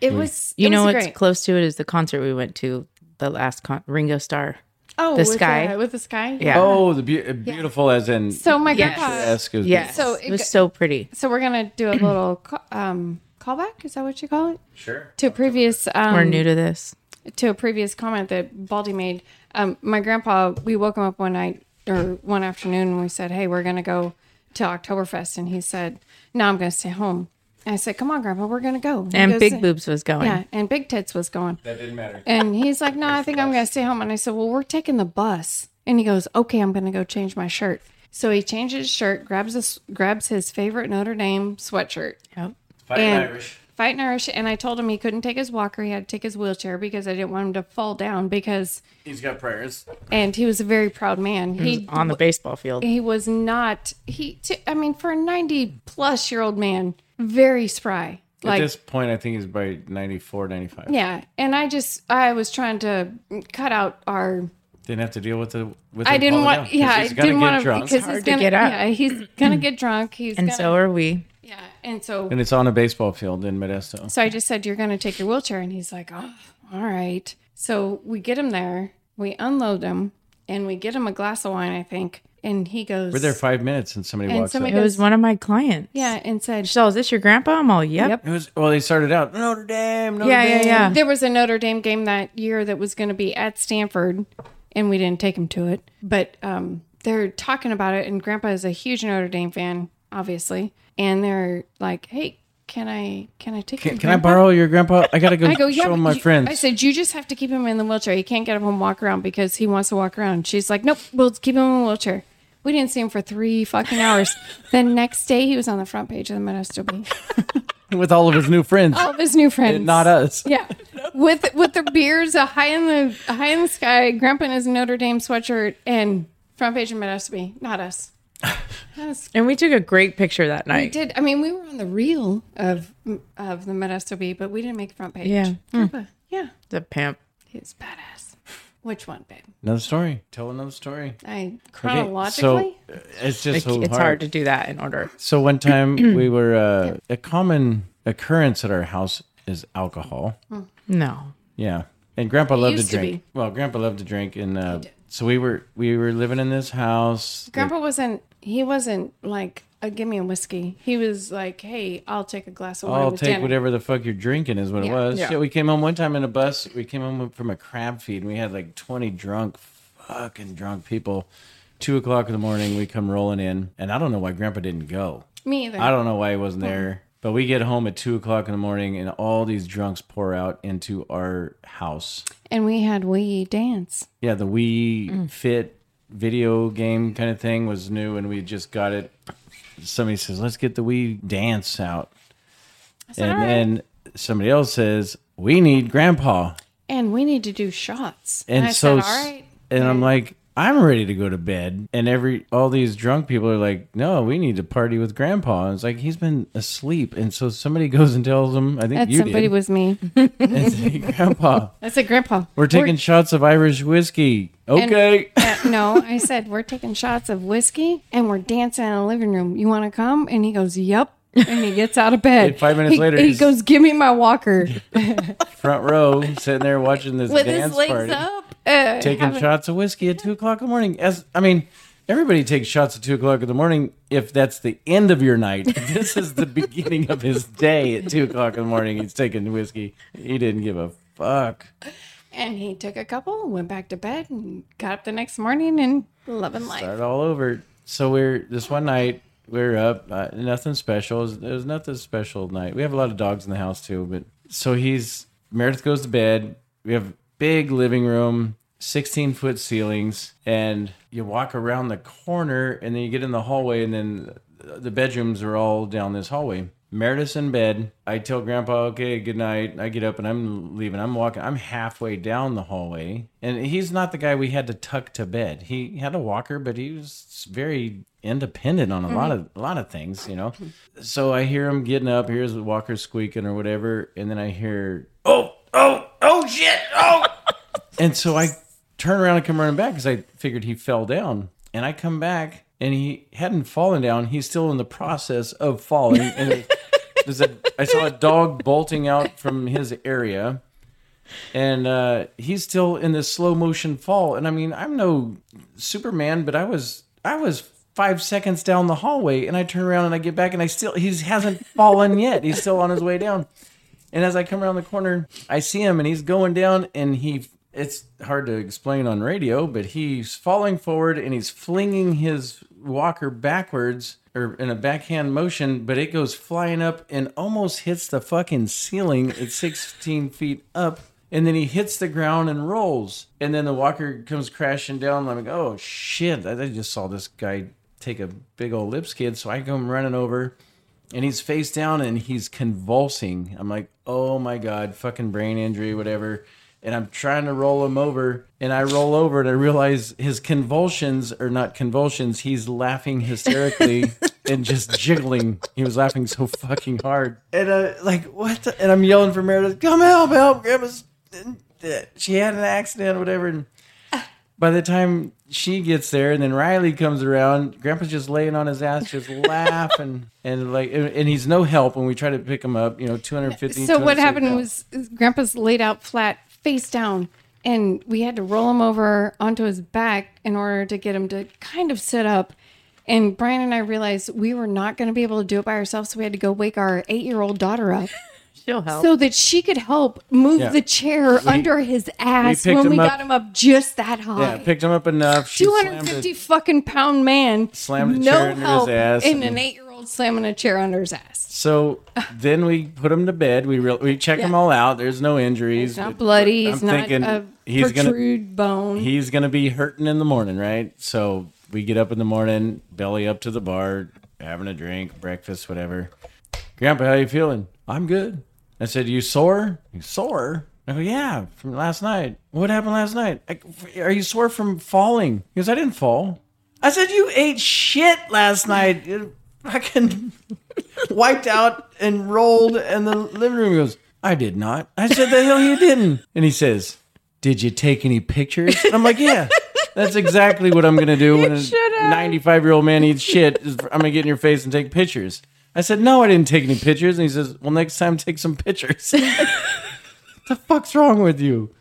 Speaker 3: It was.
Speaker 2: you
Speaker 3: it
Speaker 2: know
Speaker 3: was
Speaker 2: what's
Speaker 3: great.
Speaker 2: close to it is the concert we went to, the last con- Ringo Starr.
Speaker 3: oh,
Speaker 2: the
Speaker 3: with
Speaker 2: sky?
Speaker 3: uh, with the sky.
Speaker 2: Yeah.
Speaker 1: Oh, the beau- beautiful as in
Speaker 3: So my
Speaker 2: Yes.
Speaker 3: grandpa.
Speaker 1: esque is
Speaker 2: Yes,
Speaker 3: So
Speaker 2: it
Speaker 3: it
Speaker 2: was
Speaker 3: go-
Speaker 2: so pretty.
Speaker 3: So we're gonna do a little ca- um, callback. Is that what you call it?
Speaker 1: sure.
Speaker 3: To a previous um,
Speaker 2: We're new to this.
Speaker 3: to a previous comment that Baldy made. Um, my grandpa, we woke him up one night or one afternoon, and we said, "Hey, we're gonna go to Oktoberfest," and he said, "No, I'm gonna stay home." And I said, "Come on, Grandpa, we're gonna go." He
Speaker 2: And
Speaker 3: goes,
Speaker 2: Big Boobs was going.
Speaker 3: yeah, and Big Tits was going.
Speaker 1: That didn't matter.
Speaker 3: And he's like, No, I think I'm going to stay home. And I said, Well, we're taking the bus. And he goes, Okay, I'm going to go change my shirt. So he changes his shirt, grabs his, grabs his favorite Notre Dame sweatshirt,
Speaker 2: Yep.
Speaker 3: and fighting Irish. And I told him he couldn't take his walker; he had to take his wheelchair because I didn't want him to fall down. Because
Speaker 1: He's got prayers.
Speaker 3: and he was a very proud man. He
Speaker 2: on the baseball field.
Speaker 3: he was not he. T- I mean, for a ninety plus year old man, very spry.
Speaker 1: At
Speaker 3: Like
Speaker 1: this point I think he's by 94, 95.
Speaker 3: yeah. And I just I was trying to cut out our
Speaker 1: Didn't have to deal with the. With
Speaker 3: I
Speaker 1: him
Speaker 3: didn't
Speaker 1: falling
Speaker 3: want.
Speaker 1: down,
Speaker 3: Yeah, I
Speaker 1: he's gonna
Speaker 3: didn't
Speaker 1: get
Speaker 3: want to
Speaker 1: drunk.
Speaker 3: because he's
Speaker 2: to
Speaker 3: gonna
Speaker 2: get up.
Speaker 3: Yeah, he's gonna get drunk. He's
Speaker 2: and
Speaker 3: gonna,
Speaker 2: so are we.
Speaker 3: yeah, and so
Speaker 1: and it's on a baseball field in Modesto.
Speaker 3: so I just said you're gonna take your wheelchair, and he's like, oh, all right. So we get him there, we unload him, and we get him a glass of wine, I think, and he goes.
Speaker 1: We're there five minutes, and somebody
Speaker 3: And
Speaker 1: walks
Speaker 2: It
Speaker 3: somebody-
Speaker 1: up.
Speaker 2: was one of my clients.
Speaker 3: yeah, and said
Speaker 2: So is this your grandpa? I'm all yep.
Speaker 3: Yep.
Speaker 1: It was well. They started out Notre Dame. Notre
Speaker 2: Yeah, yeah,
Speaker 1: Dame."
Speaker 2: yeah.
Speaker 3: there was a Notre Dame game that year that was going to be at Stanford, and we didn't take him to it. But um, they're talking about it, and Grandpa is a huge Notre Dame fan, obviously. And they're like, "Hey, can I can I take
Speaker 1: Can,
Speaker 3: your
Speaker 1: can I
Speaker 3: grandpa?"
Speaker 1: borrow your grandpa? I gotta go,
Speaker 3: I go, yeah,
Speaker 1: show
Speaker 3: but
Speaker 1: my
Speaker 3: you-
Speaker 1: friends.
Speaker 3: I said, you just have to keep him in the wheelchair. You can't get him to walk around because he wants to walk around. She's like, nope, we'll keep him in the wheelchair. We didn't see him for three fucking hours. the next day, he was on the front page of the Modesto Bee.
Speaker 1: with all of his new friends,
Speaker 3: All of his new "Ah, friends.
Speaker 1: not us.
Speaker 3: Yeah, with with the beers, a high in the a high in the sky, Grandpa in his Notre Dame sweatshirt, and front page of Modesto Not us. Us.
Speaker 2: And we took a great picture that
Speaker 3: We
Speaker 2: night.
Speaker 3: did. I mean, we were on the reel of of the Modesto Bee, but we didn't make front page.
Speaker 2: Yeah.
Speaker 3: Grandpa, yeah,
Speaker 2: The pimp.
Speaker 3: he's badass. Which one, babe?
Speaker 1: Another story. Tell another story.
Speaker 3: I
Speaker 1: Okay,
Speaker 3: chronologically.
Speaker 1: so uh, it's just so
Speaker 2: it's hard to do that in order.
Speaker 1: So one time we were uh, a common occurrence at our house is alcohol.
Speaker 2: No.
Speaker 1: Yeah, and Grandpa loved to
Speaker 3: used to
Speaker 1: drink. well, Grandpa loved to drink, and uh, so we were we were living in this house.
Speaker 3: Grandpa wasn't. He wasn't like, uh, "Give me a whiskey." He was like, "Hey, I'll take a glass of wine."
Speaker 1: I'll
Speaker 3: with
Speaker 1: take
Speaker 3: dinner."
Speaker 1: whatever the fuck you're drinking is what it
Speaker 3: Yeah.
Speaker 1: was.
Speaker 2: Yeah.
Speaker 1: Shit, we came home one time in a bus. We came home from a crab feed, and we had like 20 drunk, fucking drunk people. Two o'clock in the morning, we come rolling in, and I don't know why Grandpa didn't go.
Speaker 3: Me either.
Speaker 1: I don't know why he wasn't there. But we get home at two o'clock in the morning, and all these drunks pour out into our house.
Speaker 3: and we had we dance.
Speaker 1: Yeah, the Wii
Speaker 3: Mm.
Speaker 1: Fit video game kind of thing was new, and we just got it. Somebody says, "Let's get the Wii Dance out," and
Speaker 3: "All right."
Speaker 1: then somebody else says, "We need Grandpa."
Speaker 3: And we need to do shots.
Speaker 1: And
Speaker 3: I
Speaker 1: so,
Speaker 3: said, all right.
Speaker 1: and I'm like, "I'm ready to go to bed." And every all these drunk people are like, "No, we need to party with Grandpa." And it's like he's been asleep, and so somebody goes and tells him, "I think
Speaker 3: That
Speaker 1: you
Speaker 3: somebody
Speaker 1: did."
Speaker 3: was me.
Speaker 1: and say, Grandpa,
Speaker 3: I said, Grandpa.
Speaker 1: we're taking shots of Irish whiskey. Okay.
Speaker 3: uh, no, I said, we're taking shots of whiskey and we're dancing in the living room. You want to come? And he goes, yep. And he gets out of bed.
Speaker 1: And five minutes
Speaker 3: He-
Speaker 1: later,
Speaker 3: he
Speaker 1: he's-
Speaker 3: goes, give me my walker
Speaker 1: front row, sitting there watching this
Speaker 3: with
Speaker 1: dance
Speaker 3: his legs
Speaker 1: party,
Speaker 3: up. Uh,
Speaker 1: taking
Speaker 3: having-
Speaker 1: shots of whiskey at two o'clock in the morning. As I mean, everybody takes shots at two o'clock in the morning if that's the end of your night. this is the beginning of his day at two o'clock in the morning. He's taking whiskey. He didn't give a fuck.
Speaker 3: And he took a couple, went back to bed, and got up the next morning and loving life.
Speaker 1: Start all over. So we're this one night. We're up. Uh, nothing special. It was, it was nothing special night. We have a lot of dogs in the house too. But so he's Meredith goes to bed. We have big living room, sixteen foot ceilings, and you walk around the corner, and then you get in the hallway, and then the bedrooms are all down this hallway. Meredith's in bed. I tell Grandpa, okay, good night. I get up and I'm leaving. I'm walking. I'm halfway down the hallway. And he's not the guy we had to tuck to bed. He had a walker, but he was very independent on a lot of a lot of things, you know. So I hear him getting up, here's the walker squeaking or whatever, and then I hear, Oh, oh, oh shit, oh and so I turn around and come running back because I figured he fell down. And I come back and he hadn't fallen down. He's still in the process of falling. And it- there's a, I saw a dog bolting out from his area. And uh, he's still in this slow motion fall. And I mean, I'm no Superman, but I was I was five seconds down the hallway, and I turn around and I get back, and I still he hasn't fallen yet. He's still on his way down. And as I come around the corner, I see him and he's going down and he it's hard to explain on radio, but he's falling forward and he's flinging his walker backwards or in a backhand motion, but it goes flying up and almost hits the fucking ceiling at 16 feet up. And then he hits the ground and rolls. And then the walker comes crashing down. I'm like, oh shit, I I just saw this guy take a big old lip skid. So I come running over and he's face down and he's convulsing. I'm like, oh my god, fucking brain injury, whatever. And I'm trying to roll him over, and I roll over, and I realize his convulsions are not convulsions. He's laughing hysterically and just jiggling. He was laughing so fucking hard, and uh, like what? The? And I'm yelling for Meredith, come help, help, Grandma's. She had an accident, whatever. And by the time she gets there and then Riley comes around, Grandpa's just laying on his ass, just laughing and like, and, and he's no help when we try to pick him up. You know, two hundred fifty.
Speaker 3: So what happened was is Grandpa's laid out flat, face down, and we had to roll him over onto his back in order to get him to kind of sit up. And Brian and I realized we were not going to be able to do it by ourselves, so we had to go wake our eight-year-old daughter up
Speaker 2: She'll help.
Speaker 3: so that she could help move
Speaker 1: Yeah.
Speaker 3: the chair under his ass
Speaker 1: picked
Speaker 3: when we
Speaker 1: him up-
Speaker 3: got him up just that
Speaker 1: yeah,
Speaker 3: high.
Speaker 1: picked him up enough. She
Speaker 3: Two
Speaker 1: slammed
Speaker 3: hundred
Speaker 1: it.
Speaker 3: fifty fucking pound man,
Speaker 1: Slammed a
Speaker 3: no
Speaker 1: chair under his
Speaker 3: help,
Speaker 1: ass
Speaker 3: and
Speaker 1: and-
Speaker 3: an eight-year-old slamming a chair under his ass.
Speaker 1: So then we put him to bed. We real we check him
Speaker 3: Yeah.
Speaker 1: all out. There's no injuries.
Speaker 3: He's not
Speaker 1: but
Speaker 3: bloody.
Speaker 1: I'm
Speaker 3: He's not
Speaker 1: thinking
Speaker 3: a
Speaker 1: he's gonna
Speaker 3: protrude bone.
Speaker 1: he's gonna be hurting in the morning, right? So we get up in the morning, belly up to the bar, having a drink, breakfast, whatever. Grandpa, how you feeling? I'm good. I said, you sore? You sore? I go, yeah, from last night. What happened last night? I, are you sore from falling? He goes, I didn't fall. I said, you ate shit last night. You fucking wiped out and rolled in the living room. He goes, I did not. I said, the hell you didn't. And he says, did you take any pictures? And I'm like, yeah. That's exactly what I'm gonna do when a 95 year old man eats shit. is I'm gonna get in your face and take pictures. I said, no, I didn't take any pictures. And he says, well, next time take some pictures. the fuck's wrong with you?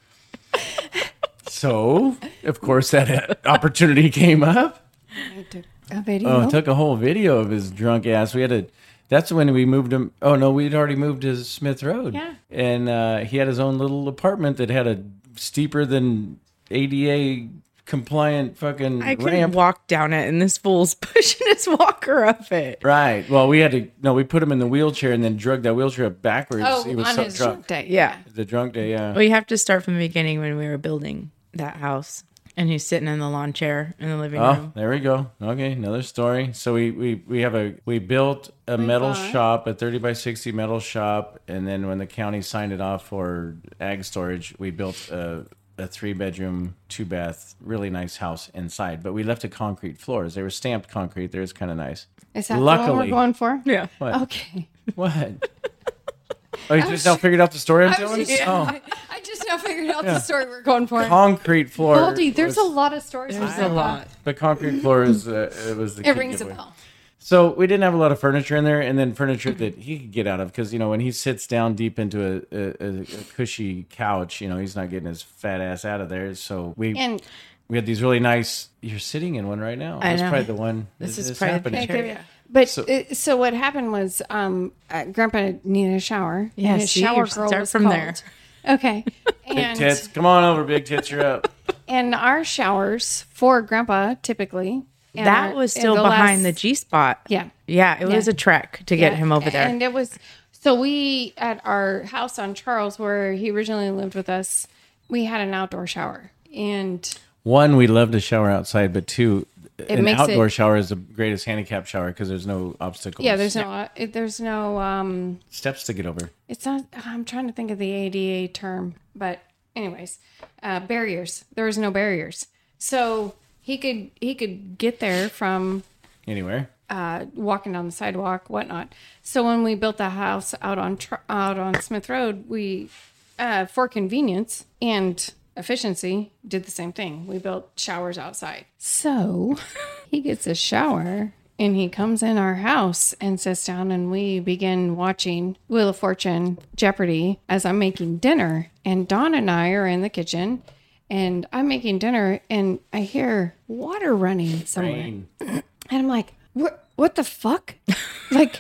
Speaker 1: So, of course, that opportunity came up.
Speaker 3: A video.
Speaker 1: Oh, took a whole video of his drunk ass. We had a. That's when we moved him. Oh no, we'd already moved to Smith Road.
Speaker 3: Yeah.
Speaker 1: And uh, he had his own little apartment that had a steeper than ADA compliant fucking
Speaker 2: I couldn't
Speaker 1: ramp.
Speaker 2: walk down it, and this fool's pushing his walker up it.
Speaker 1: Right. Well, we had to. No, we put him in the wheelchair and then drug that wheelchair up backwards.
Speaker 3: oh,
Speaker 1: he was
Speaker 3: on
Speaker 1: so
Speaker 3: his
Speaker 1: drunk.
Speaker 3: drunk day.
Speaker 2: Yeah.
Speaker 1: The drunk day. Yeah.
Speaker 2: Well, you have to start from the beginning when we were building that house, and he's sitting in the lawn chair in the living
Speaker 1: Oh,
Speaker 2: room.
Speaker 1: there we go. Okay, another story. So we we, we have a we built a metal
Speaker 3: God.
Speaker 1: shop, a thirty by sixty metal shop, and then when the county signed it off for ag storage, we built a a three bedroom, two bath, really nice house inside. But we left the concrete floors. They were stamped concrete. They was kind of nice.
Speaker 3: Is that the one
Speaker 1: Luckily.
Speaker 3: we're going for?
Speaker 2: Yeah.
Speaker 1: What?
Speaker 3: Okay.
Speaker 1: What? oh, you just now figured out the story I'm
Speaker 3: I, was
Speaker 1: telling.
Speaker 3: just,
Speaker 1: Oh,
Speaker 3: I, I just now figured out the story we're going for.
Speaker 1: concrete floor.
Speaker 3: Baldy, there's a
Speaker 1: was-
Speaker 3: lot of stories.
Speaker 2: There's
Speaker 3: There's
Speaker 2: a lot.
Speaker 1: the concrete floor is uh, it was the
Speaker 3: It
Speaker 1: key
Speaker 3: rings a
Speaker 1: giveaway.
Speaker 3: bell.
Speaker 1: So we didn't have a lot of furniture in there, and then furniture that he could get out of because you know when he sits down deep into a, a, a- a cushy couch, you know he's not getting his fat ass out of there. So we
Speaker 3: And
Speaker 1: we had these really nice. You're sitting in one right now.
Speaker 2: I
Speaker 1: That's
Speaker 2: know.
Speaker 1: probably the one.
Speaker 2: This is probably the
Speaker 1: happening.
Speaker 2: picture.
Speaker 3: Yeah. But
Speaker 1: So-
Speaker 3: so, so what happened was, um, uh, Grandpa needed a shower.
Speaker 2: Yeah,
Speaker 3: and his
Speaker 2: see,
Speaker 3: shower
Speaker 2: you
Speaker 3: girl
Speaker 2: start
Speaker 3: was
Speaker 2: from
Speaker 3: called.
Speaker 2: there.
Speaker 3: Okay,
Speaker 1: Big
Speaker 3: and
Speaker 1: tits, come on over, big tits. You're up.
Speaker 3: and our showers for Grandpa typically and
Speaker 2: That
Speaker 3: our-
Speaker 2: was
Speaker 3: and
Speaker 2: still
Speaker 3: the
Speaker 2: behind the
Speaker 3: last-
Speaker 2: G spot.
Speaker 3: yeah
Speaker 2: Yeah, it was
Speaker 3: Yeah.
Speaker 2: a trek to get
Speaker 3: Yeah.
Speaker 2: him over there.
Speaker 3: And it was so we at our house on Charles where he originally lived with us, we had an outdoor shower. And
Speaker 1: One, we love to shower outside, but two, an
Speaker 3: makes it-
Speaker 1: outdoor shower is the greatest handicap shower because there's no obstacles.
Speaker 2: Oh,
Speaker 3: yeah, there's no uh, it- there's no um
Speaker 1: steps to get over.
Speaker 3: it's not I'm trying to think of the ADA term, but anyways, uh barriers. There was no barriers. So he could he could get there from
Speaker 1: Anywhere.
Speaker 3: uh, walking down the sidewalk, whatnot. So when we built the house out on Tr- out on Smith Road, we uh, for convenience and efficiency did the same thing. We built showers outside. So he gets a shower and he comes in our house and sits down and we begin watching Wheel of Fortune Jeopardy as I'm making dinner and Don and I are in the kitchen and I'm making dinner and I hear water running somewhere.
Speaker 1: Rain.
Speaker 3: And I'm like, what? What the fuck? like,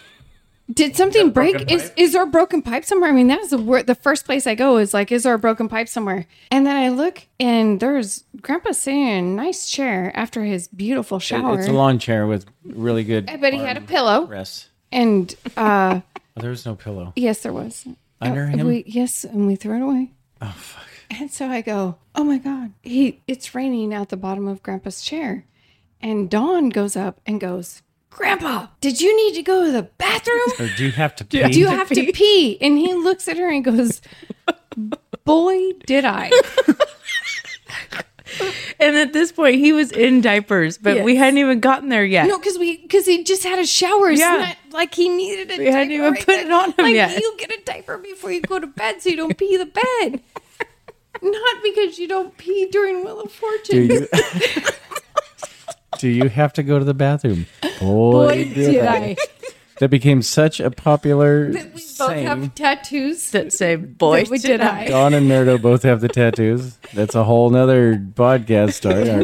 Speaker 3: did something break?
Speaker 1: broken
Speaker 3: Is
Speaker 1: pipe?
Speaker 3: is there a broken pipe somewhere? I mean, that's the wor- the first place I go is like, is there a broken pipe somewhere? And then I look, and there's Grandpa sitting in a nice chair after his beautiful shower,
Speaker 1: It's a lawn chair with really good
Speaker 3: but he had a pillow,
Speaker 1: rest.
Speaker 3: and uh,
Speaker 1: Oh, there was no pillow
Speaker 3: yes, there was
Speaker 1: under
Speaker 3: And
Speaker 1: him.
Speaker 3: We, yes, and we threw it away.
Speaker 1: oh fuck.
Speaker 3: And so I go, "Oh my god, he it's raining out the bottom of grandpa's chair." And Dawn goes up and goes, "Grandpa, did you need to go to the bathroom?
Speaker 1: Or do you have to pee?
Speaker 3: Do you have to pee?" And he looks at her and goes, "Boy, did I."
Speaker 2: And at this point, he was in diapers, but we
Speaker 3: Yes.
Speaker 2: hadn't even gotten there yet.
Speaker 3: No, because we because he just had a shower. It's
Speaker 2: Yeah.
Speaker 3: not like he needed a
Speaker 2: We
Speaker 3: diaper.
Speaker 2: hadn't even put
Speaker 3: there.
Speaker 2: it on him
Speaker 3: like,
Speaker 2: yet.
Speaker 3: You get a diaper before you go to bed so you don't pee the bed. Not because you don't pee during Wheel of Fortune.
Speaker 1: Do you, do you have to go to the bathroom?
Speaker 3: Boy, did I.
Speaker 1: That became such a popular
Speaker 3: We both
Speaker 1: saying.
Speaker 3: have tattoos.
Speaker 2: That say, boy,
Speaker 3: That we did I.
Speaker 1: Dawn and Nerdo both have the tattoos. That's a whole nother podcast story. Our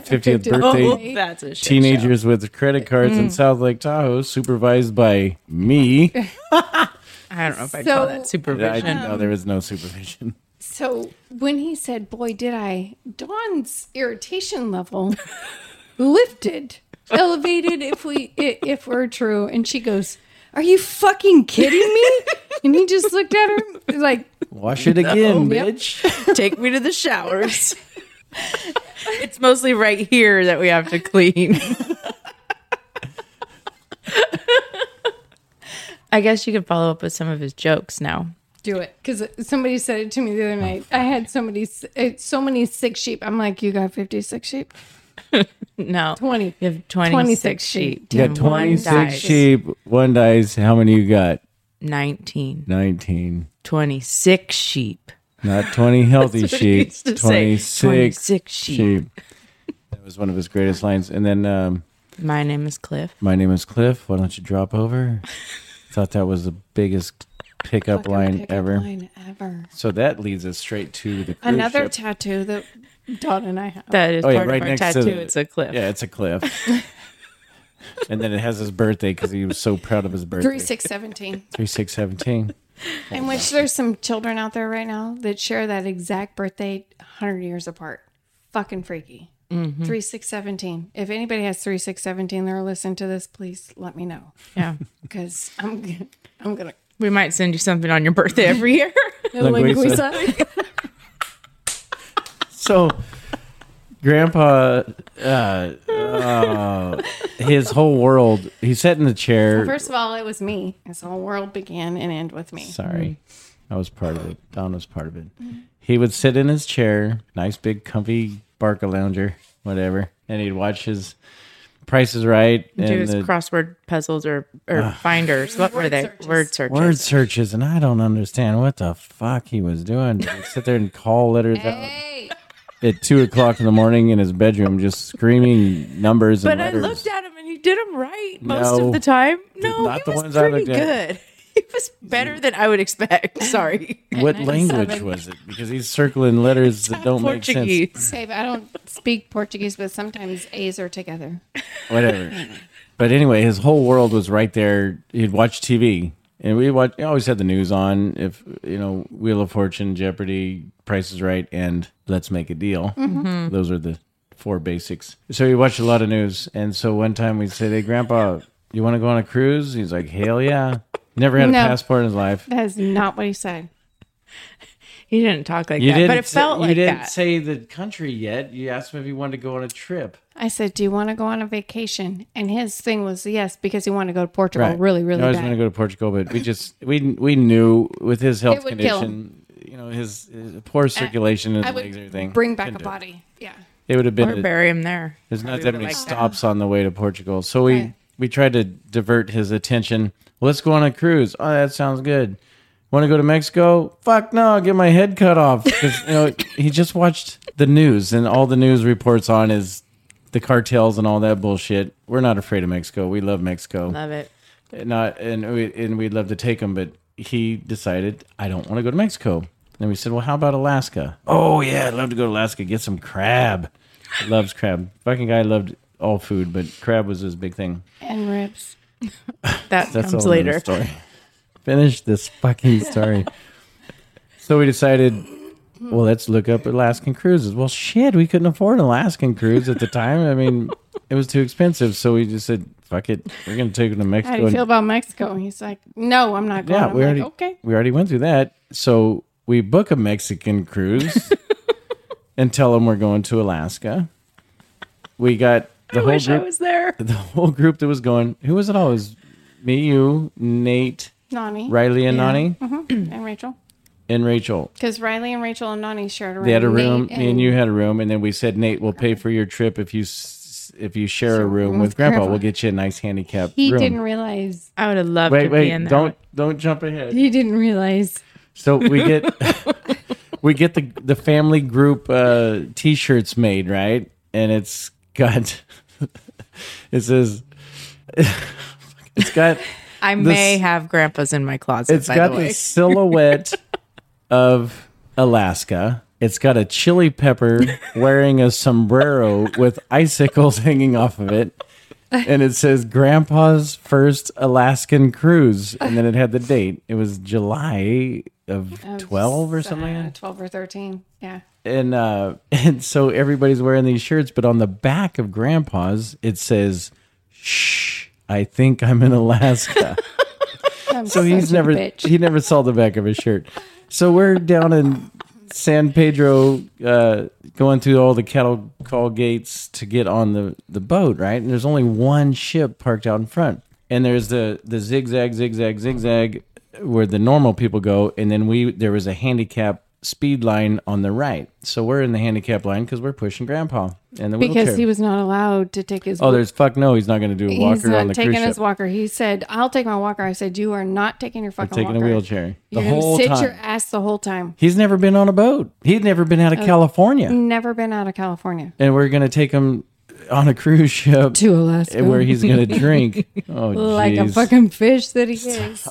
Speaker 1: 50th birthday.
Speaker 2: Oh, that's a shit show.
Speaker 1: Teenagers with credit cards in South Lake Tahoe, supervised by me.
Speaker 2: I don't know if I call that
Speaker 3: So-
Speaker 1: I
Speaker 2: supervision.
Speaker 1: didn't know there was no supervision.
Speaker 3: So when he said, Boy, did I, Dawn's irritation level lifted, elevated if we i- if we're true. And she goes, Are you fucking kidding me? And he just looked at her like
Speaker 1: Wash it again,
Speaker 3: Yep.
Speaker 1: bitch.
Speaker 2: Take me to the showers. It's mostly right here that we have to clean. I guess you could follow up with some of his jokes now.
Speaker 3: Do it because somebody said it to me the other night. I had somebody s- uh, so many sick sheep. I'm like, you got 56 sheep,
Speaker 2: No.
Speaker 3: 20.
Speaker 2: You have 26,
Speaker 3: 26
Speaker 2: sheep.
Speaker 1: You got
Speaker 2: and one
Speaker 1: 26
Speaker 2: dies.
Speaker 1: sheep, one dice. How many you got?
Speaker 2: 19.
Speaker 1: 19.
Speaker 2: 26 sheep.
Speaker 1: Not 20 healthy
Speaker 2: what he
Speaker 1: sheep,
Speaker 2: used to say.
Speaker 1: 26,
Speaker 2: 26 sheep.
Speaker 1: sheep. That was one of his greatest lines. And then, um,
Speaker 2: My name is Cliff.
Speaker 1: my name is Cliff. Why don't you drop over? Thought that was the biggest pickup
Speaker 3: Fucking
Speaker 1: line
Speaker 3: pickup
Speaker 1: ever.
Speaker 3: line ever.
Speaker 1: So that leads us straight to the cruise
Speaker 3: Another
Speaker 1: ship.
Speaker 3: tattoo that Don and I have.
Speaker 2: That is
Speaker 1: Oh, yeah,
Speaker 2: part
Speaker 1: right
Speaker 2: of our
Speaker 1: next to
Speaker 2: tattoo.
Speaker 1: the-
Speaker 2: it's a cliff.
Speaker 1: yeah, it's a cliff. and then it has his birthday because he was so proud of his birthday.
Speaker 3: Three six seventeen.
Speaker 1: 3617.
Speaker 3: In which there's some children out there right now that share that exact birthday 100 years apart. Fucking freaky. 3617. If anybody has 3617 they're listening to this, please let me know
Speaker 2: Yeah.
Speaker 3: because I'm gonna, I'm gonna.
Speaker 2: We might send you something on your birthday every year.
Speaker 1: Linguiça. So, Grandpa, uh, uh, his whole world, he sat in the chair.
Speaker 3: First of all, it was me. This whole world began and ended with me.
Speaker 1: Sorry. I was part of it. Don was part of it. He would sit in his chair, nice big comfy barca lounger, whatever, and he'd watch his Price is Right
Speaker 2: Do
Speaker 1: and
Speaker 2: his
Speaker 1: the Ah.
Speaker 2: crossword puzzles or, or finders. What were they? Word searches.
Speaker 1: word searches, and I don't understand what the fuck he was doing. He'd sit there and call letters out
Speaker 3: Hey,
Speaker 1: at two o'clock in the morning in his bedroom, just screaming numbers and
Speaker 2: But I
Speaker 1: letters.
Speaker 2: looked at him and he did them right most
Speaker 1: No.
Speaker 2: of the time. No,
Speaker 1: not
Speaker 2: he
Speaker 1: the
Speaker 2: was
Speaker 1: ones I
Speaker 2: pretty
Speaker 1: looked at.
Speaker 2: good. He was better than I would expect. Sorry.
Speaker 1: what language was it? Because he's circling letters that don't make sense.
Speaker 2: Portuguese.
Speaker 3: Dave, I don't speak Portuguese, but sometimes A's are together.
Speaker 1: whatever. But anyway, his whole world was right there. He'd watch TV, and we watch. He always had the news on. If you know Wheel of Fortune, Jeopardy, Price is Right, and Let's Make a Deal.
Speaker 2: Mm-hmm.
Speaker 1: Those are the four basics. So he watched a lot of news, and so one time we said, "Hey, Grandpa, you want to go on a cruise?" He's like, "Hell yeah!" Never had
Speaker 3: No.
Speaker 1: a passport in his life.
Speaker 3: That is not what he said.
Speaker 2: He didn't talk like
Speaker 1: You
Speaker 2: that,
Speaker 1: didn't.
Speaker 2: but it felt
Speaker 1: say,
Speaker 2: like
Speaker 1: you didn't
Speaker 2: that.
Speaker 1: say the country yet. You asked him if he wanted to go on a trip.
Speaker 3: I said, "Do you want to go on a vacation?" And his thing was yes, because he wanted to go to Portugal
Speaker 1: Right.
Speaker 3: Oh, really, really
Speaker 1: I was
Speaker 3: bad.
Speaker 1: going to go to Portugal, but we just we we knew with his health
Speaker 3: would kill
Speaker 1: condition, you know, his, his poor circulation and
Speaker 3: I
Speaker 1: his legs and everything.
Speaker 3: would bring back a
Speaker 1: couldn't do it.
Speaker 3: body. Yeah,
Speaker 1: It would have
Speaker 2: Or
Speaker 1: been.
Speaker 2: bury him there.
Speaker 1: there's not
Speaker 2: Probably
Speaker 1: that
Speaker 2: would've
Speaker 1: many
Speaker 2: liked
Speaker 1: stops on the way to Portugal, so we
Speaker 3: Right.
Speaker 1: we tried to divert his attention. Well, let's go on a cruise. Oh, that sounds good. Want to go to Mexico? Fuck no! I'll Get my head cut off 'Cause, you know he just watched the news and all the news reports on is the cartels and all that bullshit. We're not afraid of Mexico. We love Mexico
Speaker 2: Love it.
Speaker 1: not and we and we'd love to take him, but he decided I don't want to go to Mexico. And we said, well, how about Alaska? Oh yeah, I'd love to go to Alaska. Get some crab. He loves crab. Fucking guy loved all food, but crab was his big thing.
Speaker 3: and ribs.
Speaker 2: That
Speaker 1: That's
Speaker 2: comes
Speaker 1: all another
Speaker 2: later.
Speaker 1: Story. Finish this fucking story. so we decided, well, let's look up Alaskan cruises. Well, shit, we couldn't afford an Alaskan cruise at the time. I mean, it was too expensive. So we just said, fuck it, we're gonna take him to Mexico.
Speaker 3: How do you
Speaker 1: and-
Speaker 3: feel about Mexico? And he's like, "No, I'm not going."
Speaker 1: yeah,
Speaker 3: I'm
Speaker 1: we
Speaker 3: like,
Speaker 1: already
Speaker 3: okay.
Speaker 1: We already went through that. So we book a Mexican cruise and tell them we're going to Alaska. We got the
Speaker 2: I
Speaker 1: whole
Speaker 2: wish I
Speaker 1: group,
Speaker 2: was there.
Speaker 1: the whole group that was going. Who was it all? It was me, you, Nate,
Speaker 3: Nani
Speaker 1: Riley, and Nani,
Speaker 2: Mm-hmm.
Speaker 3: and Rachel,
Speaker 1: and Rachel.
Speaker 3: because Riley and Rachel and Nani shared a room.
Speaker 1: They had a
Speaker 3: Nate
Speaker 1: room. Me and you had a room, and then we said, Nate, we'll pay for your trip if you s- if you share a room with Grandpa. We'll get you a nice handicap
Speaker 3: He
Speaker 1: room.
Speaker 3: didn't realize.
Speaker 2: I would have loved
Speaker 1: wait,
Speaker 2: to be in
Speaker 1: wait,
Speaker 2: there.
Speaker 1: don't don't jump ahead.
Speaker 3: He didn't realize.
Speaker 1: So we get we get the the family group uh, t-shirts made, right? And it's got it says it's got
Speaker 2: I may have grandpas in my closet.
Speaker 1: it's
Speaker 2: by
Speaker 1: got
Speaker 2: the
Speaker 1: the
Speaker 2: way.
Speaker 1: silhouette of Alaska. It's got a chili pepper wearing a sombrero with icicles hanging off of it. And it says Grandpa's first Alaskan cruise. And then it had the date. It was July of 12 or something. like
Speaker 3: Uh,
Speaker 1: that.
Speaker 3: Twelve or thirteen. Yeah.
Speaker 1: and uh and so everybody's wearing these shirts but on the back of grandpa's it says shh i think i'm in alaska
Speaker 3: I'm
Speaker 1: so Oh, he's
Speaker 3: such a
Speaker 1: never
Speaker 3: Bitch.
Speaker 1: he never saw the back of his shirt so we're down in San Pedro, uh, going through all the cattle call gates to get on the, the boat, right? And there's only one ship parked out in front. And there's the, the zigzag, zigzag, zigzag where the normal people go. And then we, there was a handicap speed line on the right. So we're in the handicap line because we're pushing grandpa and the wheelchair.
Speaker 3: because he was not allowed to take his.
Speaker 1: oh, there's fuck no, he's not going to do a walker
Speaker 3: He's not
Speaker 1: on the
Speaker 3: taking
Speaker 1: cruise ship.
Speaker 3: his walker. He said, "I'll take my walker." I said, "You are not taking your fucking
Speaker 1: taking a
Speaker 3: walker.
Speaker 1: wheelchair.
Speaker 3: You're
Speaker 1: the
Speaker 3: gonna
Speaker 1: whole
Speaker 3: sit
Speaker 1: time.
Speaker 3: your ass the whole time.
Speaker 1: He's never been on a boat. He'd never been
Speaker 3: Oh.
Speaker 1: out of California.
Speaker 3: Never been out of California
Speaker 1: And we're going to take him on a cruise ship
Speaker 3: to Alaska,
Speaker 1: and where he's going to drink. Oh,
Speaker 3: like a
Speaker 1: jeez.
Speaker 3: fucking fish that he is."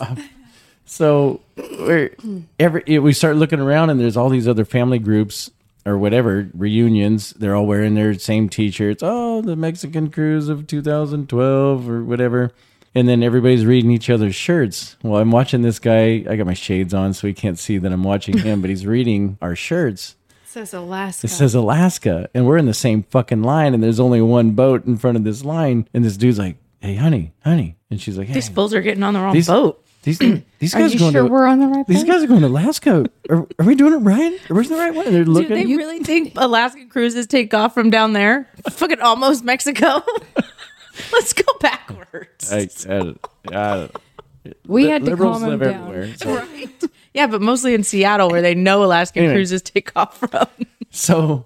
Speaker 1: So we're, every, it- we start looking around and there's all these other family groups or whatever, reunions. They're all wearing their same t-shirts. Oh, the Mexican cruise of 2012 or whatever. And then everybody's reading each other's shirts. Well, I'm watching this guy. I got my shades on so he can't see that I'm watching him, but he's reading our shirts.
Speaker 3: says Alaska.
Speaker 1: It says Alaska, and we're in the same fucking line, and there's only one boat in front of this line. And this dude's like, "Hey, honey, honey," and she's like, "Hey,
Speaker 2: These fools are getting on the wrong
Speaker 1: these
Speaker 2: boat.
Speaker 1: these these
Speaker 3: Are
Speaker 1: guys
Speaker 3: you
Speaker 1: going
Speaker 3: sure
Speaker 1: to
Speaker 3: we're on the right
Speaker 1: these
Speaker 3: thing?
Speaker 1: guys are going to Alaska. Are, are we doing it right? Are we doing the right one?" And they're
Speaker 2: Do they
Speaker 1: looking.
Speaker 2: really think Alaska cruises take off from down there? Fucking almost Mexico. Let's go backwards.
Speaker 1: I, I, don't- I don't-
Speaker 3: we had to
Speaker 1: liberals
Speaker 3: calm him
Speaker 1: live
Speaker 3: down.
Speaker 1: everywhere. So,
Speaker 2: right. Yeah, but mostly in Seattle where they know Alaska
Speaker 1: Anyway.
Speaker 2: cruises take off from.
Speaker 1: so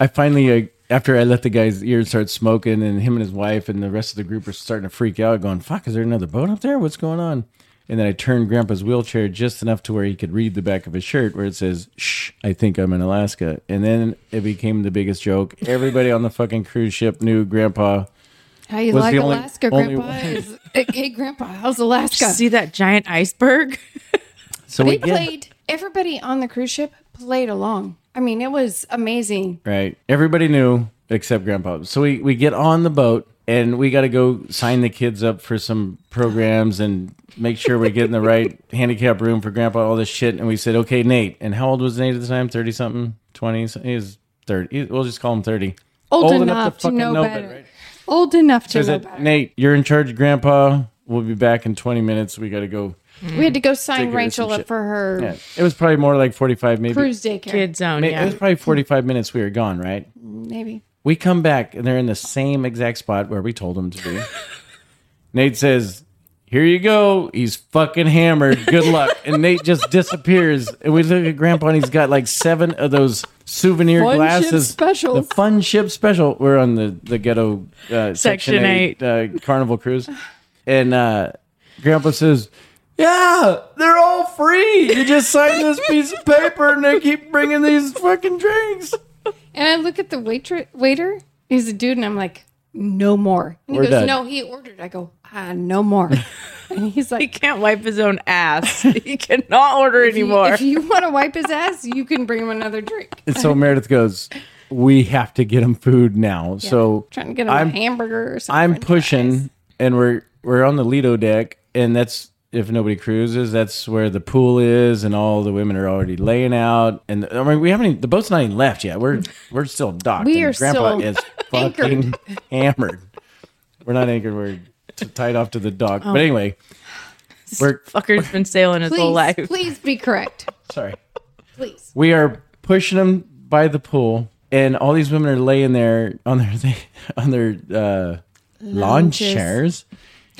Speaker 1: I finally, uh, after I let the guy's ear start smoking, and him and his wife and the rest of the group are starting to freak out, going, "Fuck, is there another boat up there? What's going on?" And then I turned Grandpa's wheelchair just enough to where he could read the back of his shirt, where it says, "Shh, I think I'm in Alaska." And then it became the biggest joke. Everybody on the fucking cruise ship knew Grandpa.
Speaker 3: How you
Speaker 1: Was
Speaker 3: like
Speaker 1: the only-
Speaker 3: Alaska,
Speaker 1: only
Speaker 3: Grandpa?
Speaker 1: one.
Speaker 3: Is, hey, Grandpa, how's Alaska?
Speaker 2: See that giant iceberg?
Speaker 1: So
Speaker 3: They
Speaker 1: we get-
Speaker 3: played. Everybody on the cruise ship played along. I mean, it was amazing.
Speaker 1: Right. Everybody knew except grandpa. So we, we get on the boat and we got to go sign the kids up for some programs and make sure we're getting the right handicap room for grandpa, all this shit. And we said, okay, Nate. And how old was Nate at the time? 30 something? 20? He was 30. He- We'll just call him 30.
Speaker 3: Old, enough, to know better. Old enough to
Speaker 1: Is
Speaker 3: know
Speaker 1: it,
Speaker 3: better.
Speaker 1: Nate, you're in charge, grandpa. We'll be back in 20 minutes. We got to go.
Speaker 3: We had to go sign
Speaker 1: Figure
Speaker 3: Rachel
Speaker 1: some
Speaker 3: up
Speaker 1: shit.
Speaker 3: for her
Speaker 1: Yeah. It was probably more like 45, maybe.
Speaker 3: cruise daycare.
Speaker 2: Kid zone,
Speaker 1: It was
Speaker 2: yeah.
Speaker 1: probably 45 minutes we were gone, right?
Speaker 3: Maybe.
Speaker 1: We come back and they're in the same exact spot where we told them to be. Nate says, Here you go. He's fucking hammered. Good luck. And Nate just disappears. And we look at Grandpa and he's got like seven of those souvenir
Speaker 3: Fun ship
Speaker 1: glasses.
Speaker 3: specials.
Speaker 1: The fun ship special. We're on the, the ghetto uh, section,
Speaker 2: Section
Speaker 1: 8, Uh, carnival cruise. And uh, Grandpa says, yeah, they're all free. You just sign this piece of paper and they keep bringing these fucking drinks.
Speaker 3: And I look at the waiter. Waiter, he's a dude, and I'm like, no more. And he
Speaker 1: We're
Speaker 3: goes,
Speaker 1: done.
Speaker 3: no, he ordered. I go, ah, no more. and he's
Speaker 2: He
Speaker 3: like,
Speaker 2: can't wipe his own ass. he cannot order anymore.
Speaker 3: if you want to wipe his ass, you can bring him another drink.
Speaker 1: And so Meredith goes, "We have to get him food now." So
Speaker 3: trying to get him
Speaker 1: I'm-
Speaker 3: a hamburger or something.
Speaker 1: I'm pushing, and we're we're on the Lido deck, and that's if nobody cruises, that's where the pool is, and all the women are already laying out, and I mean we haven't even, the boat's not even left yet. We're we're still docked.
Speaker 3: We
Speaker 1: and
Speaker 3: are
Speaker 1: Grandpa
Speaker 3: still
Speaker 1: is fucking hammered. We're not anchored. We're t- tied off to the dock.
Speaker 3: Oh.
Speaker 1: But anyway, we're
Speaker 2: Fucker's been sailing his whole
Speaker 3: Please,
Speaker 2: life.
Speaker 3: please be correct.
Speaker 1: sorry.
Speaker 3: Please.
Speaker 1: we are pushing them by the pool, and all these women are laying there on their on their uh, lawn
Speaker 3: Lounges.
Speaker 1: chairs,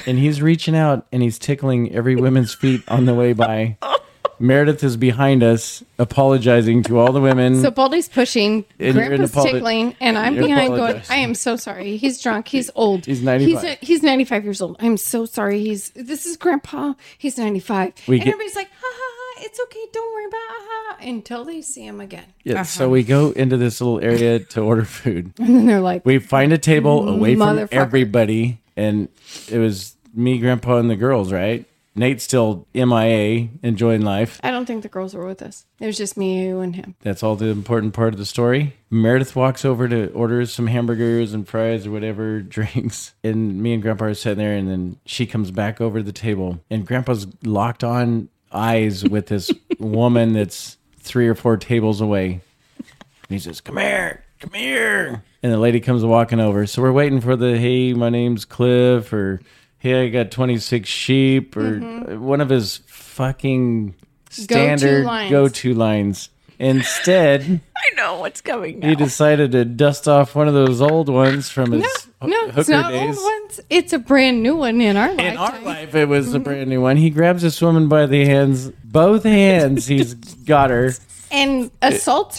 Speaker 1: and he's reaching out and he's tickling every woman's feet on the way by. Meredith is behind us, apologizing to all the women.
Speaker 3: So Baldy's pushing,
Speaker 1: you're in
Speaker 3: Grandpa's
Speaker 1: the poli-
Speaker 3: tickling, and I'm
Speaker 1: you're
Speaker 3: behind going,
Speaker 1: apologizing.
Speaker 3: I am so sorry. He's drunk. He's old.
Speaker 1: He's 95.
Speaker 3: He's, uh, he's 95 years old. I'm so sorry. He's This is Grandpa. He's 95.
Speaker 1: We
Speaker 3: and
Speaker 1: get-
Speaker 3: everybody's like, ha ha ha, it's okay. Don't worry about ha ha. Until they see him again.
Speaker 1: yeah,
Speaker 3: uh-huh.
Speaker 1: so we go into this little area to order food.
Speaker 3: And then they're like,
Speaker 1: We find a table away from
Speaker 3: Motherfucker.
Speaker 1: everybody, and it was me, Grandpa, and the girls. Right? Nate's still MIA, enjoying life.
Speaker 3: I don't think the girls were with us. It was just me, you, and him.
Speaker 1: That's all the important part of the story. Meredith walks over to order some hamburgers and fries or whatever drinks. And me and Grandpa are sitting there, and then she comes back over to the table, and Grandpa's locked on eyes with this woman that's three or four tables away. And he says, Come here, come here. And the lady comes walking over. So we're waiting for the, Hey, my name's Cliff, or Hey, I got 26
Speaker 3: Mm-hmm.
Speaker 1: sheep, or one of his fucking standard
Speaker 3: lines.
Speaker 1: go to lines. Instead,
Speaker 2: I know what's coming now.
Speaker 1: he decided to dust off one of those old ones from his ho-
Speaker 3: No,
Speaker 1: hooker
Speaker 3: it's not
Speaker 1: days.
Speaker 3: old ones. It's a brand new one in our
Speaker 1: In our
Speaker 3: lifetime.
Speaker 1: life, it was a brand new one. He grabs this woman by the hands, both hands. He's got her.
Speaker 3: and assaults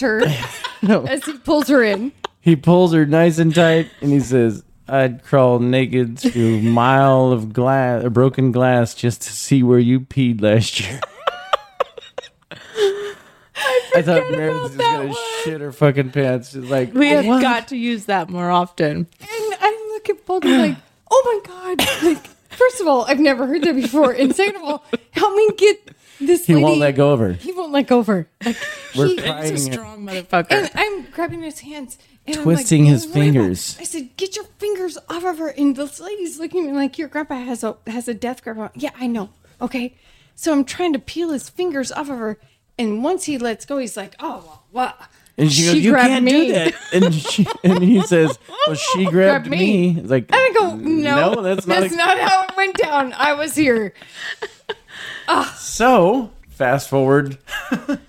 Speaker 3: her as he pulls her in.
Speaker 1: He pulls her nice and tight, and he says, "I'd crawl naked through a mile of glass, or broken glass, just to see where you peed last year." I, thought Mary was just gonna shit her fucking pants. She's like,
Speaker 2: we have
Speaker 1: "What?"
Speaker 2: got to use that more often.
Speaker 3: And I look at Boulder like, oh my God. Like, first of all, I've never heard that before. And second of all, help me get this
Speaker 1: He
Speaker 3: lady.
Speaker 1: won't let go of her.
Speaker 3: He won't let go of her. Like,
Speaker 1: We're
Speaker 3: he-
Speaker 1: crying.
Speaker 2: motherfucker.
Speaker 3: And I'm grabbing his hands and I'm like,
Speaker 1: Twisting his
Speaker 3: "Grandma."
Speaker 1: fingers.
Speaker 3: I said, "Get your fingers off of her!" And this lady's looking at me like, "Your grandpa has a has a death grip." on-" Yeah, I know. Okay, so I'm trying to peel his fingers off of her, and once he lets go, he's like, "Oh, well, wow."
Speaker 1: And she, goes, "You can't do that." And she, and he says, "Well, she grabbed, me."
Speaker 3: me.
Speaker 1: It's like,
Speaker 3: And I go, "No,
Speaker 1: No,
Speaker 3: that's,
Speaker 1: that's not
Speaker 3: not,
Speaker 1: a-
Speaker 3: how it went down. I was here."
Speaker 1: so fast forward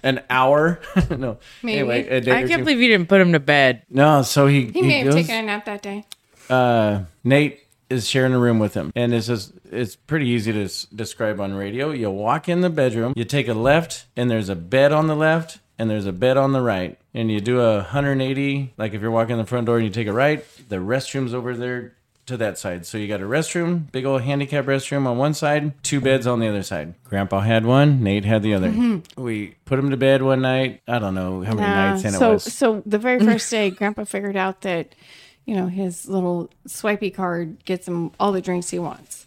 Speaker 1: an hour. no,
Speaker 3: Maybe.
Speaker 1: anyway, a day
Speaker 2: I
Speaker 1: or
Speaker 2: can't
Speaker 1: two.
Speaker 2: believe you didn't put him to bed.
Speaker 1: No, so he
Speaker 3: He may have
Speaker 1: goes,
Speaker 3: taken a nap that day.
Speaker 1: uh, Nate is sharing a room with him, and this is it's pretty easy to s- describe on radio. You walk in the bedroom, you take a left, and there's a bed on the left, and there's a bed on the right, and you do a 180. Like if you're walking in the front door and you take a right, the restroom's over there to that side. So you got a restroom, big old handicap restroom on one side, two beds on the other side. Grandpa had one, Nate had the other.
Speaker 3: Mm-hmm.
Speaker 1: We put him to bed one night. I don't know how many nights in it
Speaker 3: Um, so,
Speaker 1: was.
Speaker 3: so the very first day, Grandpa figured out that, you know, his little swipey card gets him all the drinks he wants.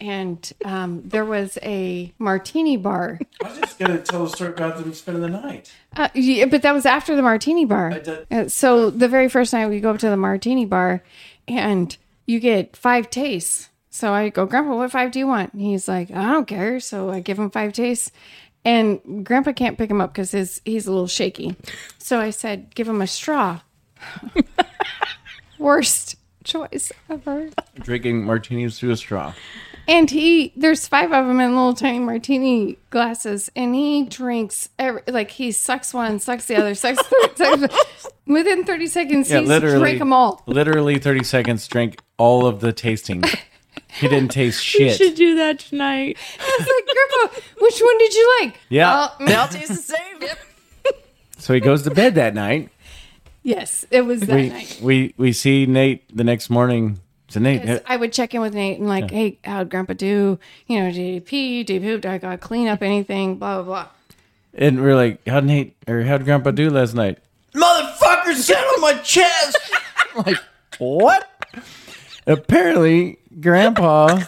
Speaker 3: And um, there was a martini bar,
Speaker 1: I was just gonna tell the story about them spending the night.
Speaker 3: uh, yeah, but that was after the martini bar.
Speaker 1: did-
Speaker 3: Uh, so the very first night, we go up to the martini bar, and you get five tastes. So I go, Grandpa, what five do you want? And he's like, I don't care. So I give him five tastes, and Grandpa can't pick him up because his he's a little shaky. So I said, give him a straw. Worst choice ever.
Speaker 1: drinking martinis through a straw.
Speaker 3: And he, there's five of them in little tiny martini glasses, and he drinks every, like he sucks one, sucks the other, sucks the third. sucks- Within 30 seconds, he's drank them all.
Speaker 1: Literally 30 seconds, drank all of the tasting. He didn't taste
Speaker 2: You
Speaker 1: shit.
Speaker 2: should do that tonight.
Speaker 3: It's like, Grandpa, which one did you like?
Speaker 1: Yeah.
Speaker 3: "Well, mm,
Speaker 2: all taste the same.
Speaker 1: So he goes to bed that night.
Speaker 3: yes, it was that
Speaker 1: We
Speaker 3: night.
Speaker 1: we we see Nate the next morning. So Nate,
Speaker 3: Yes, I would check in with Nate and like, hey, how'd Grandpa do? You know, did he pee? Did he poop? Did I got to clean up anything? Blah, blah, blah.
Speaker 1: and we're like, how'd Nate or how'd Grandpa do last night? Motherfucker sat on my chest. like what? Apparently, Grandpa.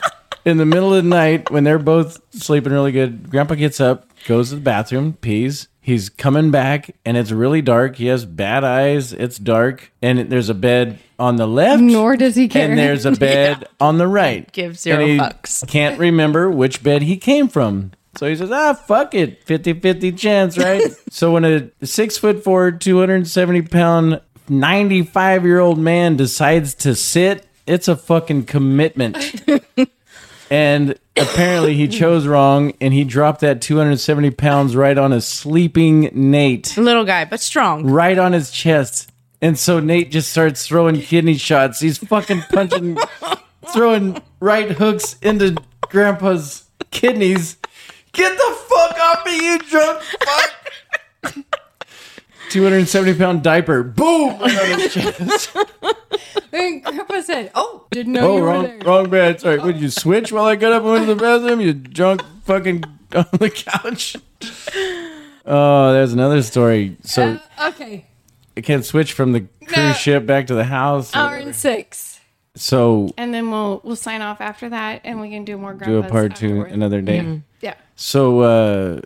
Speaker 1: In the middle of the night, when they're both sleeping really good, Grandpa gets up, goes to the bathroom, pees. He's coming back, and it's really dark. He has bad eyes. It's dark, and there's a bed on the left.
Speaker 3: Nor does he care.
Speaker 1: And there's a bed on the right.
Speaker 2: Give zero
Speaker 1: and he
Speaker 2: fucks.
Speaker 1: Can't remember which bed he came from. So he says, ah, fuck it. 50 50 chance, right? so when a six foot four, 270 pound, 95 year old man decides to sit, it's a fucking commitment. and apparently he chose wrong and he dropped that 270 pounds right on a sleeping Nate
Speaker 2: Little guy, but strong.
Speaker 1: right on his chest. And so Nate just starts throwing kidney shots. He's fucking punching, throwing right hooks into Grandpa's kidneys. Get the fuck off me, you drunk fuck! 270 pound diaper. Boom! Right on his chest.
Speaker 3: and Grandpa said, oh, didn't know
Speaker 1: Oh,
Speaker 3: you were
Speaker 1: wrong,
Speaker 3: there.
Speaker 1: wrong bed. Sorry. Would you switch while I got up and went to the bathroom? You drunk fucking on the couch. Oh, there's another story. So
Speaker 3: Okay,
Speaker 1: it can switch from the cruise
Speaker 3: No.
Speaker 1: ship back to the house.
Speaker 3: hour and six.
Speaker 1: So
Speaker 3: and then we'll we'll sign off after that, and we can do more.
Speaker 1: do a
Speaker 3: Grandpas
Speaker 1: part two
Speaker 3: afterward.
Speaker 1: another day.
Speaker 3: yeah.
Speaker 1: So uh,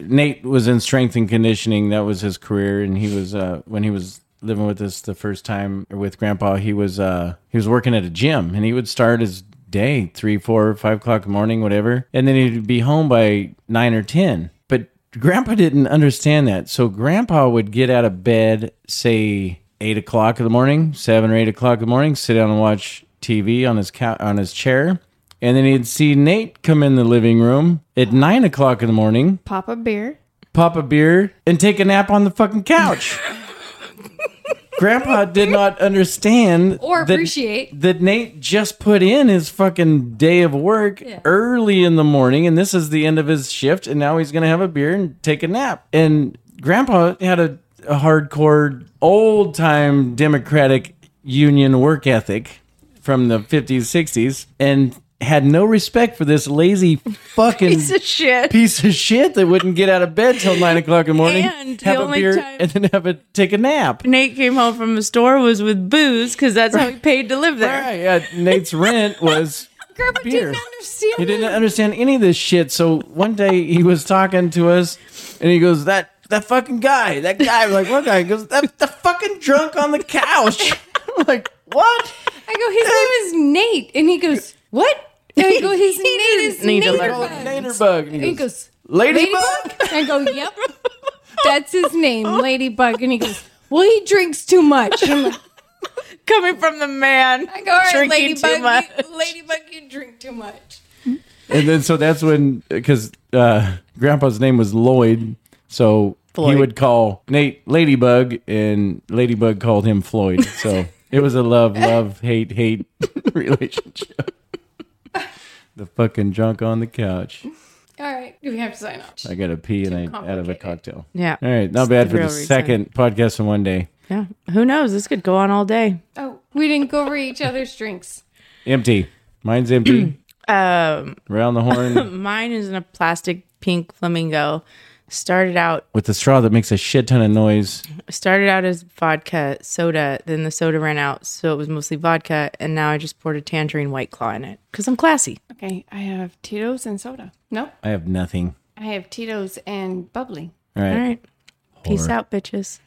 Speaker 1: Nate was in strength and conditioning. That was his career, and he was uh, when he was living with us the first time or with Grandpa. He was uh, he was working at a gym, and he would start his day three, four, five o'clock in the morning, whatever, and then he'd be home by nine or ten. But Grandpa didn't understand that, so Grandpa would get out of bed say eight o'clock in the morning, seven or eight o'clock in the morning, sit down and watch TV on his cou- on his chair. And then he'd see Nate come in the living room at nine o'clock in the morning,
Speaker 3: Pop a beer,
Speaker 1: pop a beer, and take a nap on the fucking couch. Grandpa did not understand
Speaker 3: Or
Speaker 1: that-
Speaker 3: appreciate.
Speaker 1: that Nate just put in his fucking day of work early in the morning, and this is the end of his shift, and now he's gonna have a beer and take a nap. And Grandpa had a, a hardcore, old time Democratic union work ethic from the 50s, 60s, and had no respect for this lazy fucking
Speaker 2: Piece of shit.
Speaker 1: piece of shit that wouldn't get out of bed till nine o'clock in the morning,
Speaker 2: And the
Speaker 1: have a
Speaker 2: only
Speaker 1: beer,
Speaker 2: time-
Speaker 1: and then have a take a nap.
Speaker 2: Nate came home from the store was with booze because that's how he paid to live there.
Speaker 1: Right, yeah, Nate's rent was
Speaker 3: Grandpa
Speaker 1: beer.
Speaker 3: didn't understand.
Speaker 1: He didn't understand any of this shit. So one day he was talking to us, and he goes, "That that fucking guy, that guy." We're like, what guy? He goes, "That the fucking drunk on the couch." We're like, what?
Speaker 3: I go, his name is Nate, and he goes, "What?" And I go, "His name is
Speaker 2: need to learn.
Speaker 1: Oh,
Speaker 3: Naterbug."
Speaker 1: Naderbug. And
Speaker 3: And he goes,
Speaker 1: "Ladybug."
Speaker 3: "Ladybug." I go, "Yep, that's his name, Ladybug." And he goes, "Well, he drinks too much." And I'm like,
Speaker 2: Coming from the man.
Speaker 3: I go, "All right,
Speaker 2: Drinking too
Speaker 3: Ladybug,
Speaker 2: much."
Speaker 3: you, Ladybug, you drink too much."
Speaker 1: And then so that's when because uh, Grandpa's name was Lloyd, so he
Speaker 2: Floyd.
Speaker 1: would call Nate Ladybug, and Ladybug called him Floyd. So it was a love, love, hate, hate relationship. the fucking drunk on the couch.
Speaker 3: All right, we have to sign off.
Speaker 1: I got to pee and I out of a
Speaker 3: complicated.
Speaker 1: cocktail.
Speaker 2: Yeah.
Speaker 1: All right,
Speaker 2: It's
Speaker 1: not bad for the
Speaker 2: real reason.
Speaker 1: second podcast in one day.
Speaker 2: Yeah. Who knows? This could go on all day.
Speaker 3: Oh, we didn't go over each other's drinks.
Speaker 1: Empty. Mine's empty.
Speaker 2: Um,
Speaker 1: Round the horn
Speaker 2: mine is in a plastic pink flamingo. Started out
Speaker 1: with the straw that makes a shit ton of noise.
Speaker 2: started out as vodka soda, then the soda ran out, so it was mostly vodka, and now I just poured a tangerine white claw in it because I'm classy.
Speaker 3: Okay, I have Tito's and soda. Nope,
Speaker 1: I have nothing.
Speaker 3: I have Tito's and bubbly.
Speaker 1: All right.
Speaker 2: All right. Peace
Speaker 1: Horror.
Speaker 2: out, bitches.